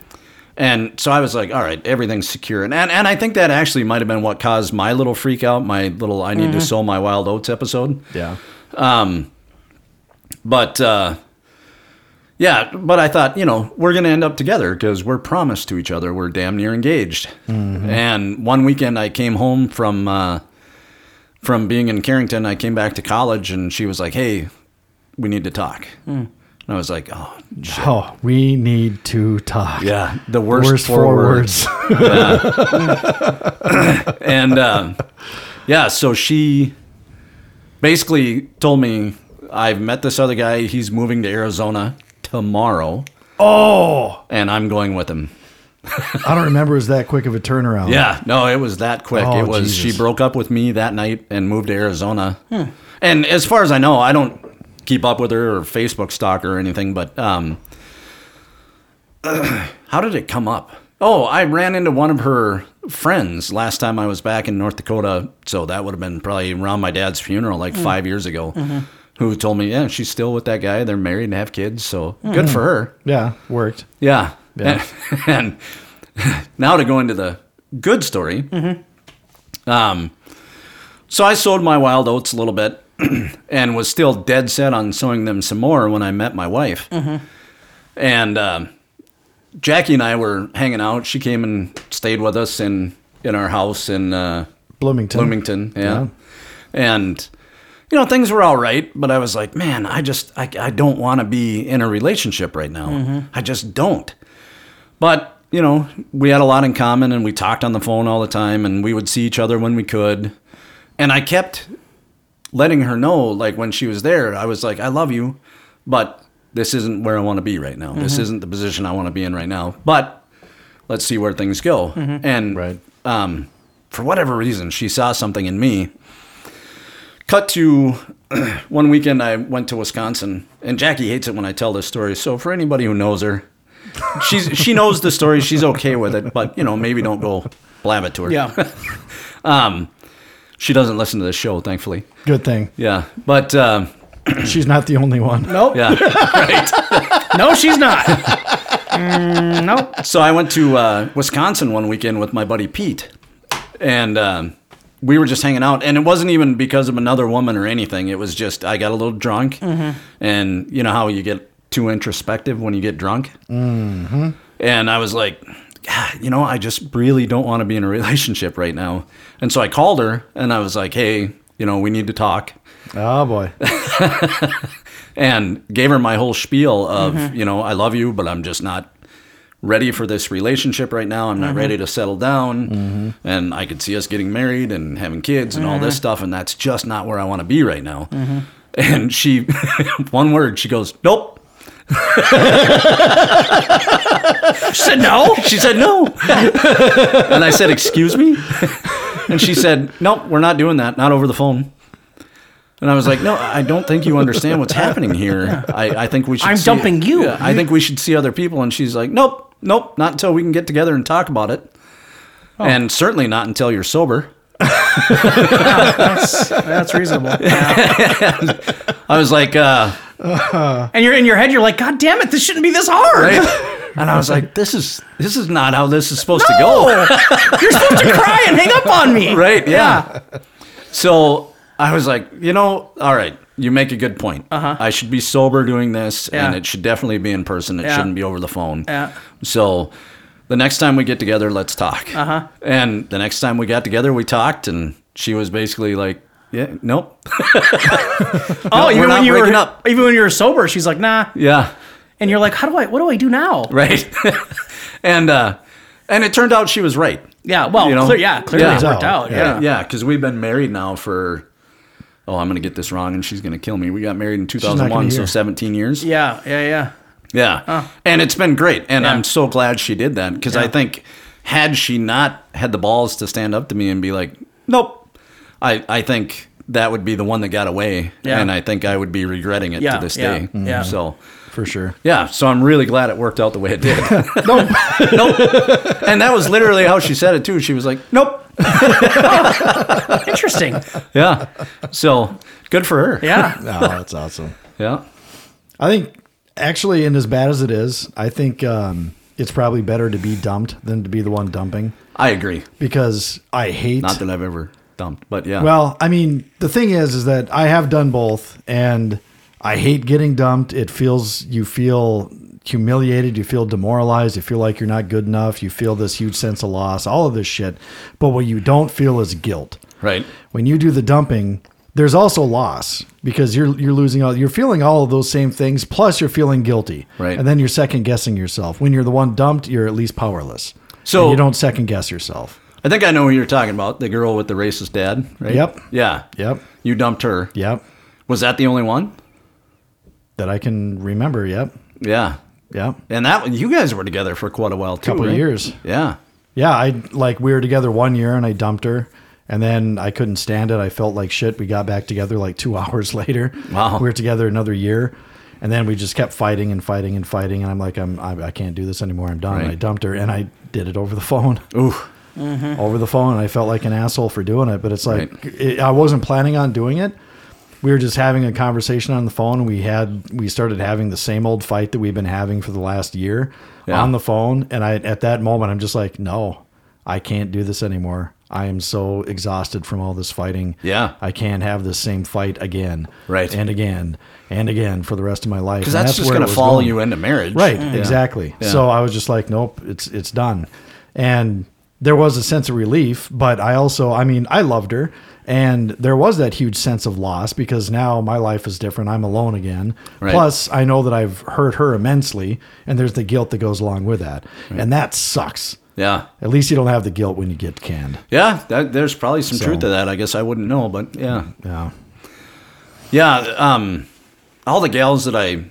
Speaker 3: And so I was like, all right, everything's secure. And, and, and I think that actually might have been what caused my little freak out, my little I need to sow my wild oats episode.
Speaker 2: Yeah.
Speaker 3: But uh, yeah, but I thought, you know, we're going to end up together because we're promised to each other. We're damn near engaged. And one weekend I came home from uh, from being in Carrington. I came back to college and she was like, hey, we need to talk. And And I was like, oh, j-
Speaker 2: Oh, we need to talk.
Speaker 3: yeah, the worst,
Speaker 2: Worst
Speaker 3: four
Speaker 2: four
Speaker 3: words. (laughs)
Speaker 2: words.
Speaker 3: and um, yeah, so she basically told me I've met this other guy. He's moving to Arizona tomorrow,
Speaker 2: oh,
Speaker 3: and I'm going with him.
Speaker 2: I don't remember it was that quick of a turnaround.
Speaker 3: Yeah, no, it was that quick.
Speaker 2: Oh,
Speaker 3: it was
Speaker 2: Jesus.
Speaker 3: she broke up with me that night and moved to Arizona. And as far as I know, I don't keep up with her or Facebook stalk her or anything. But um, (clears throat) how did it come up? Oh, I ran into one of her friends last time I was back in North Dakota. So that would have been probably around my dad's funeral, like five years ago.
Speaker 2: Mm-hmm.
Speaker 3: Who told me, yeah, she's still with that guy. They're married and have kids. So
Speaker 2: Mm-hmm.
Speaker 3: good for her.
Speaker 2: Yeah, worked.
Speaker 3: Yeah.
Speaker 2: Yeah.
Speaker 3: And, (laughs) and now to go into the good story. Um, so I sowed my wild oats a little bit (clears throat) and was still dead set on sowing them some more when I met my wife. And um, Jackie and I were hanging out. She came and stayed with us in, in our house in uh,
Speaker 2: Bloomington.
Speaker 3: Bloomington. Yeah. And, you know, things were all right, but I was like, man, I just, I, I don't want to be in a relationship right now. I just don't. But, you know, we had a lot in common and we talked on the phone all the time and we would see each other when we could. And I kept letting her know, like when she was there, I was like, I love you, but this isn't where I want to be right now. This isn't the position I want to be in right now. But let's see where things go. And
Speaker 2: Right.
Speaker 3: um, for whatever reason, she saw something in me. Cut to (clears throat) one weekend, I went to Wisconsin, and Jackie hates it when I tell this story. So for anybody who knows her, she's she knows the story. She's okay with it, but you know maybe don't go blab it to her.
Speaker 4: Yeah.
Speaker 3: she doesn't listen to this show, thankfully.
Speaker 2: Good thing.
Speaker 3: Yeah, but um,
Speaker 2: She's not the only one.
Speaker 4: Nope.
Speaker 3: yeah.
Speaker 4: No,
Speaker 3: (laughs)
Speaker 4: she's not. Mm, nope.
Speaker 3: so I went to uh, Wisconsin one weekend with my buddy Pete, and um, we were just hanging out. And it wasn't even because of another woman or anything. It was just I got a little drunk, and you know how you get too introspective when you get drunk. Mm-hmm. And I was like, God, you know, I just really don't want to be in a (laughs) relationship right now. And so I called her, and I was like, Hey, you know, we need to talk.
Speaker 2: Oh boy.
Speaker 3: and gave her my whole spiel of you know I love you, but I'm just not ready for this relationship right now. I'm not ready to settle down, and I could see us getting married and having kids and all this stuff, and that's just not where I want to be right now. And she, (laughs) one word, she goes, nope.
Speaker 4: She said no.
Speaker 3: She said no, and I said, excuse me, and she said, nope, we're not doing that, not over the phone. And I was like, no, I don't think you understand what's happening here. I, I think we should.
Speaker 4: I'm
Speaker 3: see-
Speaker 4: dumping you.
Speaker 3: Yeah, I think we should see other people. And she's like, nope, nope, not until we can get together and talk about it.
Speaker 4: Oh.
Speaker 3: And certainly not until you're sober.
Speaker 4: That's, that's reasonable. Yeah.
Speaker 3: I was like, uh,
Speaker 4: And you're in your head. You're like, God damn it! This shouldn't be this hard. (laughs)
Speaker 3: and I was like, this is this is not how this is supposed to go.
Speaker 4: No. you're supposed to cry and hang up on me.
Speaker 3: (laughs) Right? Yeah. so I was like, you know, all right, you make a good point. Uh-huh. I should be sober doing this, and
Speaker 4: Yeah.
Speaker 3: it should definitely be in person. It
Speaker 4: Yeah.
Speaker 3: shouldn't be over the phone.
Speaker 4: Yeah.
Speaker 3: So the next time we get together, let's talk. Uh-huh. And the next time we got together, we talked, and she was basically like, yeah, nope. (laughs)
Speaker 4: Oh,
Speaker 3: we're
Speaker 4: even
Speaker 3: not
Speaker 4: when you were
Speaker 3: breaking up.
Speaker 4: even when you were sober, she's like, nah.
Speaker 3: Yeah.
Speaker 4: And you're like, how do I? What do I do now?
Speaker 3: Right. (laughs) and, uh, and it turned out she was right.
Speaker 4: Yeah. Well,
Speaker 3: You know?
Speaker 4: clear, yeah. Clearly,
Speaker 3: Yeah.
Speaker 4: it's worked out. Yeah.
Speaker 3: Yeah. Yeah. Because we've been married now for, oh, I'm going to get this wrong and she's going to kill me. We got married in
Speaker 2: gonna
Speaker 3: 2001, so
Speaker 2: hear.
Speaker 3: 17 years.
Speaker 4: Yeah. Yeah. Yeah.
Speaker 3: Yeah. And it's been great. And I'm so glad she did that because I
Speaker 4: Yeah.
Speaker 3: think had she not had the balls to stand up to me and be like, nope, I, I think that would be the one that got away.
Speaker 4: Yeah.
Speaker 3: And I think I would be regretting it
Speaker 4: Yeah,
Speaker 3: to this
Speaker 4: yeah,
Speaker 3: day. Mm-hmm.
Speaker 4: yeah.
Speaker 3: So.
Speaker 2: For
Speaker 3: (laughs)
Speaker 2: sure.
Speaker 3: Yeah, so I'm really glad it worked out the way it
Speaker 4: (laughs)
Speaker 3: did. (laughs) nope. nope. And that was literally how she said it too. She was like, "Nope."
Speaker 4: (laughs) Interesting.
Speaker 3: Yeah. So, good for her.
Speaker 4: Yeah.
Speaker 2: Oh, that's awesome.
Speaker 3: Yeah.
Speaker 2: I think actually, and as bad as it is, I think um, it's probably better to be dumped than to be the one dumping
Speaker 3: I agree.
Speaker 2: because I hate.
Speaker 3: Not that I've ever dumped, but yeah.
Speaker 2: well, I mean, the thing is, is that I have done both, and I hate getting dumped. It feels you feel humiliated, you feel demoralized, you feel like you're not good enough, you feel this huge sense of loss, all of this shit. But what you don't feel is guilt.
Speaker 3: right.
Speaker 2: When you do the dumping, there's also loss because you're you're losing all you're feeling all of those same things plus you're feeling guilty
Speaker 3: Right.
Speaker 2: and then you're second guessing yourself when you're the one dumped you're at least powerless
Speaker 3: So-
Speaker 2: And you don't second guess yourself
Speaker 3: I think I know who you're talking about. The girl with the racist dad, right?
Speaker 2: Yep.
Speaker 3: Yeah.
Speaker 2: yep
Speaker 3: You dumped her.
Speaker 2: yep
Speaker 3: Was that the only one?
Speaker 2: that I can remember yep
Speaker 3: Yeah.
Speaker 2: yep
Speaker 3: And that one, you guys were together for quite a while too.
Speaker 2: couple
Speaker 3: right?
Speaker 2: years
Speaker 3: Yeah.
Speaker 2: yeah I like we were together one year and I dumped her and then I couldn't stand it I felt like shit we got back together like two (laughs) hours later
Speaker 3: Wow.
Speaker 2: we were together another year and then we just kept fighting and fighting and fighting and I'm like I'm I, I can't do this anymore I'm done
Speaker 3: Right.
Speaker 2: I dumped her and I did it over the phone
Speaker 3: Ooh.
Speaker 2: (laughs) over the phone. and I felt like an asshole for doing it, but it's like
Speaker 3: Right.
Speaker 2: it, I wasn't planning on doing it. We were just having a conversation on the phone. We had we started having the same old fight that we've been having for the last year
Speaker 3: Yeah.
Speaker 2: on the phone, and I at that moment I'm just like, no, I can't do this anymore. I am so exhausted from all this fighting.
Speaker 3: Yeah.
Speaker 2: I can't have this same fight again,
Speaker 3: Right.
Speaker 2: and again and again for the rest of my life.
Speaker 3: Because that's, just going to follow you into marriage.
Speaker 2: Right,
Speaker 3: Yeah.
Speaker 2: exactly.
Speaker 3: Yeah.
Speaker 2: So I was just like, nope, it's it's done. And there was a sense of relief, but I also, I mean, I loved her, and there was that huge sense of loss because now my life is different. I'm alone again.
Speaker 3: Right.
Speaker 2: Plus, I know that I've hurt her immensely, and there's the guilt that goes along with that, and that sucks.
Speaker 3: Yeah.
Speaker 2: At least you don't have the guilt when you get canned.
Speaker 3: Yeah. That, there's probably some
Speaker 2: So-
Speaker 3: truth to that. I guess I wouldn't know, but yeah.
Speaker 2: Yeah,
Speaker 3: Yeah, um, all the gals that I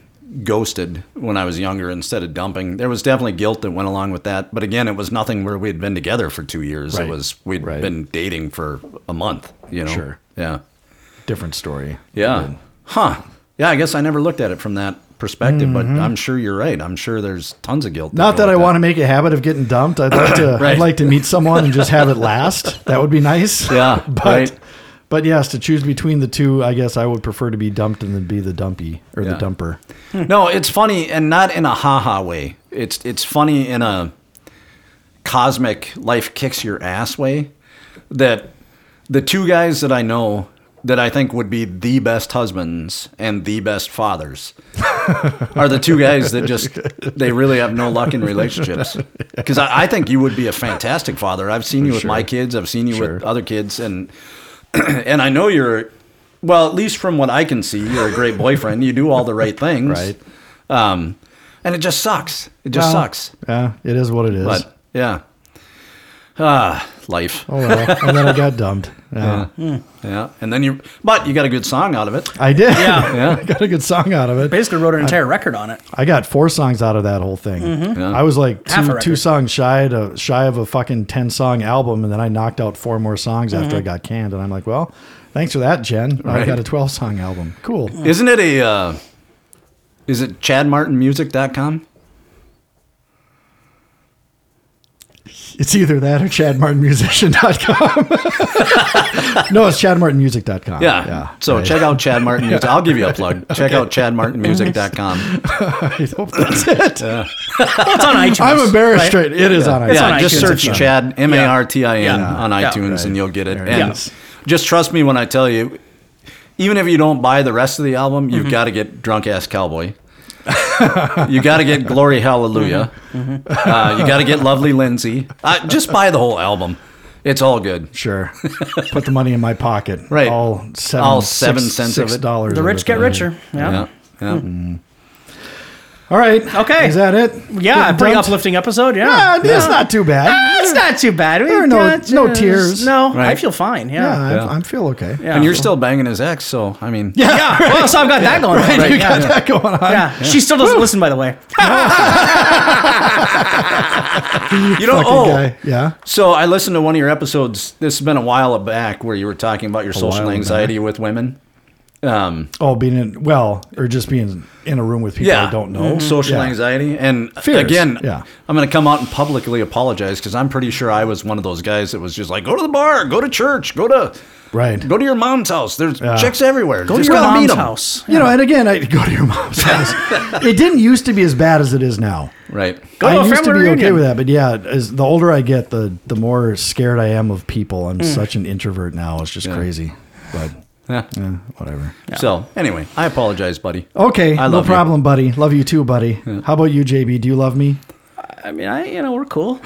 Speaker 3: ghosted when I was younger instead of dumping, there was definitely guilt that went along with that. But again, it was nothing where we had been together for two years.
Speaker 2: Right.
Speaker 3: It was we'd
Speaker 2: Right.
Speaker 3: been dating for a month. You know.
Speaker 2: Sure.
Speaker 3: Yeah.
Speaker 2: different story.
Speaker 3: Yeah. Huh. Yeah. I guess I never looked at it from that perspective, but I'm sure you're right. I'm sure there's tons of guilt.
Speaker 2: Mm-hmm. Not
Speaker 3: go
Speaker 2: that I
Speaker 3: with
Speaker 2: want to make a habit of getting dumped. I'd like to.
Speaker 3: (coughs) Right.
Speaker 2: I'd like to meet someone and just have it
Speaker 3: (laughs)
Speaker 2: last. That would be nice. (laughs)
Speaker 3: Yeah,
Speaker 2: but
Speaker 3: right.
Speaker 2: but yes, to choose between the two, I guess I would prefer to be dumped and then be the dumpy or the
Speaker 3: Yeah.
Speaker 2: dumper.
Speaker 3: No, it's funny and not in a haha way. It's it's funny in a cosmic life kicks your ass way that the two guys that I know that I think would be the best husbands and the
Speaker 2: (laughs)
Speaker 3: best fathers are the two guys that just they really have no luck in
Speaker 2: (laughs)
Speaker 3: relationships because I, I think you would be a fantastic father i've seen you with my
Speaker 2: Sure.
Speaker 3: kids i've seen you
Speaker 2: Sure.
Speaker 3: with other kids and (clears throat) and i know you're well at least from what i can see you're a great boyfriend you do all the right
Speaker 2: (laughs)
Speaker 3: things
Speaker 2: Right.
Speaker 3: um, and it just sucks it just
Speaker 2: Well,
Speaker 3: sucks
Speaker 2: Yeah, it is what it is.
Speaker 3: but yeah ah life
Speaker 2: oh well, and then I got
Speaker 3: (laughs)
Speaker 2: dumped. Yeah.
Speaker 3: Hmm. yeah and then you but you got a good song out of it
Speaker 2: I did.
Speaker 4: Yeah.
Speaker 2: (laughs) I got a good song out of it.
Speaker 4: Basically, wrote an entire record on it.
Speaker 2: I got four songs out of that whole thing.
Speaker 3: Yeah.
Speaker 2: I was like
Speaker 4: Mm-hmm. Half a
Speaker 2: two,
Speaker 4: record.
Speaker 2: two songs shy to, shy of a fucking ten song album, and then I knocked out four more songs after
Speaker 4: Mm-hmm.
Speaker 2: I got canned. And I'm like, well, thanks for that, Jen. Now I
Speaker 3: Right.
Speaker 2: got a twelve song album. Cool.
Speaker 4: Mm.
Speaker 3: Isn't it a? Uh, is it ChadMartinMusic.com?
Speaker 2: It's either that or ChadMartinMusician.com. (laughs) no, it's ChadMartinMusic.com.
Speaker 3: Yeah. So
Speaker 2: right.
Speaker 3: check out Chad Martin Music. I'll give you a (laughs) plug. Check out (laughs) ChadMartinMusic.com.
Speaker 2: (laughs) I hope that's it.
Speaker 4: Well, it's on iTunes.
Speaker 2: I'm embarrassed.
Speaker 4: right?
Speaker 2: Straight, it is on iTunes.
Speaker 4: It's
Speaker 3: yeah.
Speaker 4: on
Speaker 3: just
Speaker 4: iTunes,
Speaker 3: search
Speaker 4: it's on-
Speaker 3: Chad M A R T I N
Speaker 4: Yeah.
Speaker 3: on
Speaker 4: Yeah.
Speaker 3: iTunes
Speaker 2: Right.
Speaker 3: and you'll get it.
Speaker 2: There it
Speaker 3: And
Speaker 2: is.
Speaker 3: just trust me when I tell you. Even if you don't buy the rest of the album, you've got to get Drunk Ass Cowboy. you got to get Glory Hallelujah. Uh, you got to get Lovely Lindsay. Uh, just buy the whole album. It's all good. (laughs)
Speaker 2: Sure. Put the money in my pocket.
Speaker 3: Right.
Speaker 2: All seven,
Speaker 3: All seven cents of
Speaker 2: six
Speaker 3: it.
Speaker 2: Dollars
Speaker 4: The
Speaker 2: of
Speaker 4: rich
Speaker 2: it.
Speaker 4: get richer. Yeah. Mm-hmm.
Speaker 3: Yeah. Yeah.
Speaker 2: All right.
Speaker 4: Okay.
Speaker 2: Is that it?
Speaker 4: Yeah,
Speaker 2: Getting
Speaker 4: pretty
Speaker 2: dumped?
Speaker 4: uplifting episode.
Speaker 2: Yeah, Ah,
Speaker 4: Yeah, Ah,
Speaker 2: it's not too bad.
Speaker 4: it's not too bad. We
Speaker 2: There are no-
Speaker 4: got
Speaker 2: no
Speaker 4: just-
Speaker 2: tears.
Speaker 4: No, I
Speaker 3: Right.
Speaker 4: feel fine.
Speaker 2: Yeah,
Speaker 4: Yeah,
Speaker 2: I, I feel okay.
Speaker 4: yeah.
Speaker 3: And you're still banging his ex, so I mean,
Speaker 4: yeah. Well, so I've got that going. on.
Speaker 2: (laughs) You
Speaker 4: Right,
Speaker 2: got
Speaker 4: yeah.
Speaker 2: that going on.
Speaker 4: Yeah. she still doesn't listen, by the way.
Speaker 3: you know.
Speaker 2: Fucking
Speaker 3: Oh,
Speaker 2: guy. Yeah.
Speaker 3: so I listened to one of your episodes. This has been a while back where you were talking about your social
Speaker 2: while
Speaker 3: anxiety with women. Um,
Speaker 2: Oh, being in, well, or just being in a room with people
Speaker 3: yeah, Mm-hmm.
Speaker 2: I don't know.
Speaker 3: social
Speaker 2: Yeah.
Speaker 3: anxiety, and
Speaker 2: Fears,
Speaker 3: again,
Speaker 2: yeah.
Speaker 3: I'm going to come out and publicly apologize because I'm pretty sure I was one of those guys that was just like, go to the bar, go to church, go to
Speaker 2: Right.
Speaker 3: go to your mom's house. There's chicks everywhere.
Speaker 4: Go Mm-hmm. to
Speaker 3: Just
Speaker 4: your
Speaker 3: meet 'em."
Speaker 4: mom's house.
Speaker 2: You know, and again, I (laughs) go to your
Speaker 4: (laughs)
Speaker 2: mom's house. it didn't used to be as bad as it is now.
Speaker 3: right?
Speaker 4: Go
Speaker 2: I
Speaker 4: to a
Speaker 2: used to be
Speaker 4: family
Speaker 2: okay
Speaker 4: reunion.
Speaker 2: with that, but yeah, as the older I get, the the more scared I am of people. I'm
Speaker 4: Mm.
Speaker 2: such an introvert now; it's just crazy. But
Speaker 3: Yeah.
Speaker 2: eh, whatever.
Speaker 3: So anyway, I apologize, buddy.
Speaker 2: Okay,
Speaker 3: I
Speaker 2: no
Speaker 3: love you.
Speaker 2: problem, buddy. Love you too, buddy. How about you, JB? Do you love me? (laughs)
Speaker 4: I mean, I you know we're cool.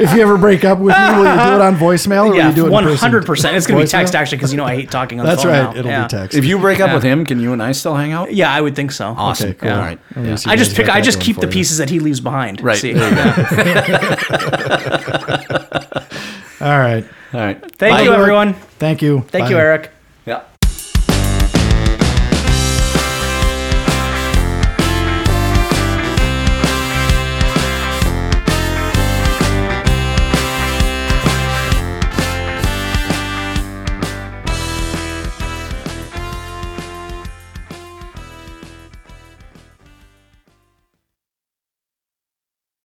Speaker 2: if you ever break up with me, will you do it
Speaker 4: (laughs)
Speaker 2: on voicemail or will
Speaker 4: yeah,
Speaker 2: you do it
Speaker 4: one
Speaker 2: in person?
Speaker 4: hundred percent. It's gonna be
Speaker 2: Voicemail?
Speaker 4: text actually because you know I hate talking on
Speaker 2: That's
Speaker 4: the phone.
Speaker 2: right.
Speaker 4: now.
Speaker 2: It'll
Speaker 4: Yeah.
Speaker 2: be text.
Speaker 3: If you break up
Speaker 4: Yeah.
Speaker 3: with him, can you and I still hang out?
Speaker 4: Yeah, I would think so.
Speaker 3: Awesome.
Speaker 2: Okay, cool.
Speaker 3: All right.
Speaker 2: At least you
Speaker 4: I just
Speaker 2: guys
Speaker 4: pick.
Speaker 2: got
Speaker 4: I
Speaker 2: that
Speaker 4: just
Speaker 2: going
Speaker 4: keep the
Speaker 2: for you.
Speaker 4: pieces that he leaves behind.
Speaker 3: Right. (laughs)
Speaker 4: See?
Speaker 3: There you go.
Speaker 2: All right.
Speaker 3: All right.
Speaker 4: Thank
Speaker 3: Bye.
Speaker 4: you, everyone.
Speaker 2: Thank you.
Speaker 4: Thank
Speaker 2: Bye.
Speaker 4: you, Eric.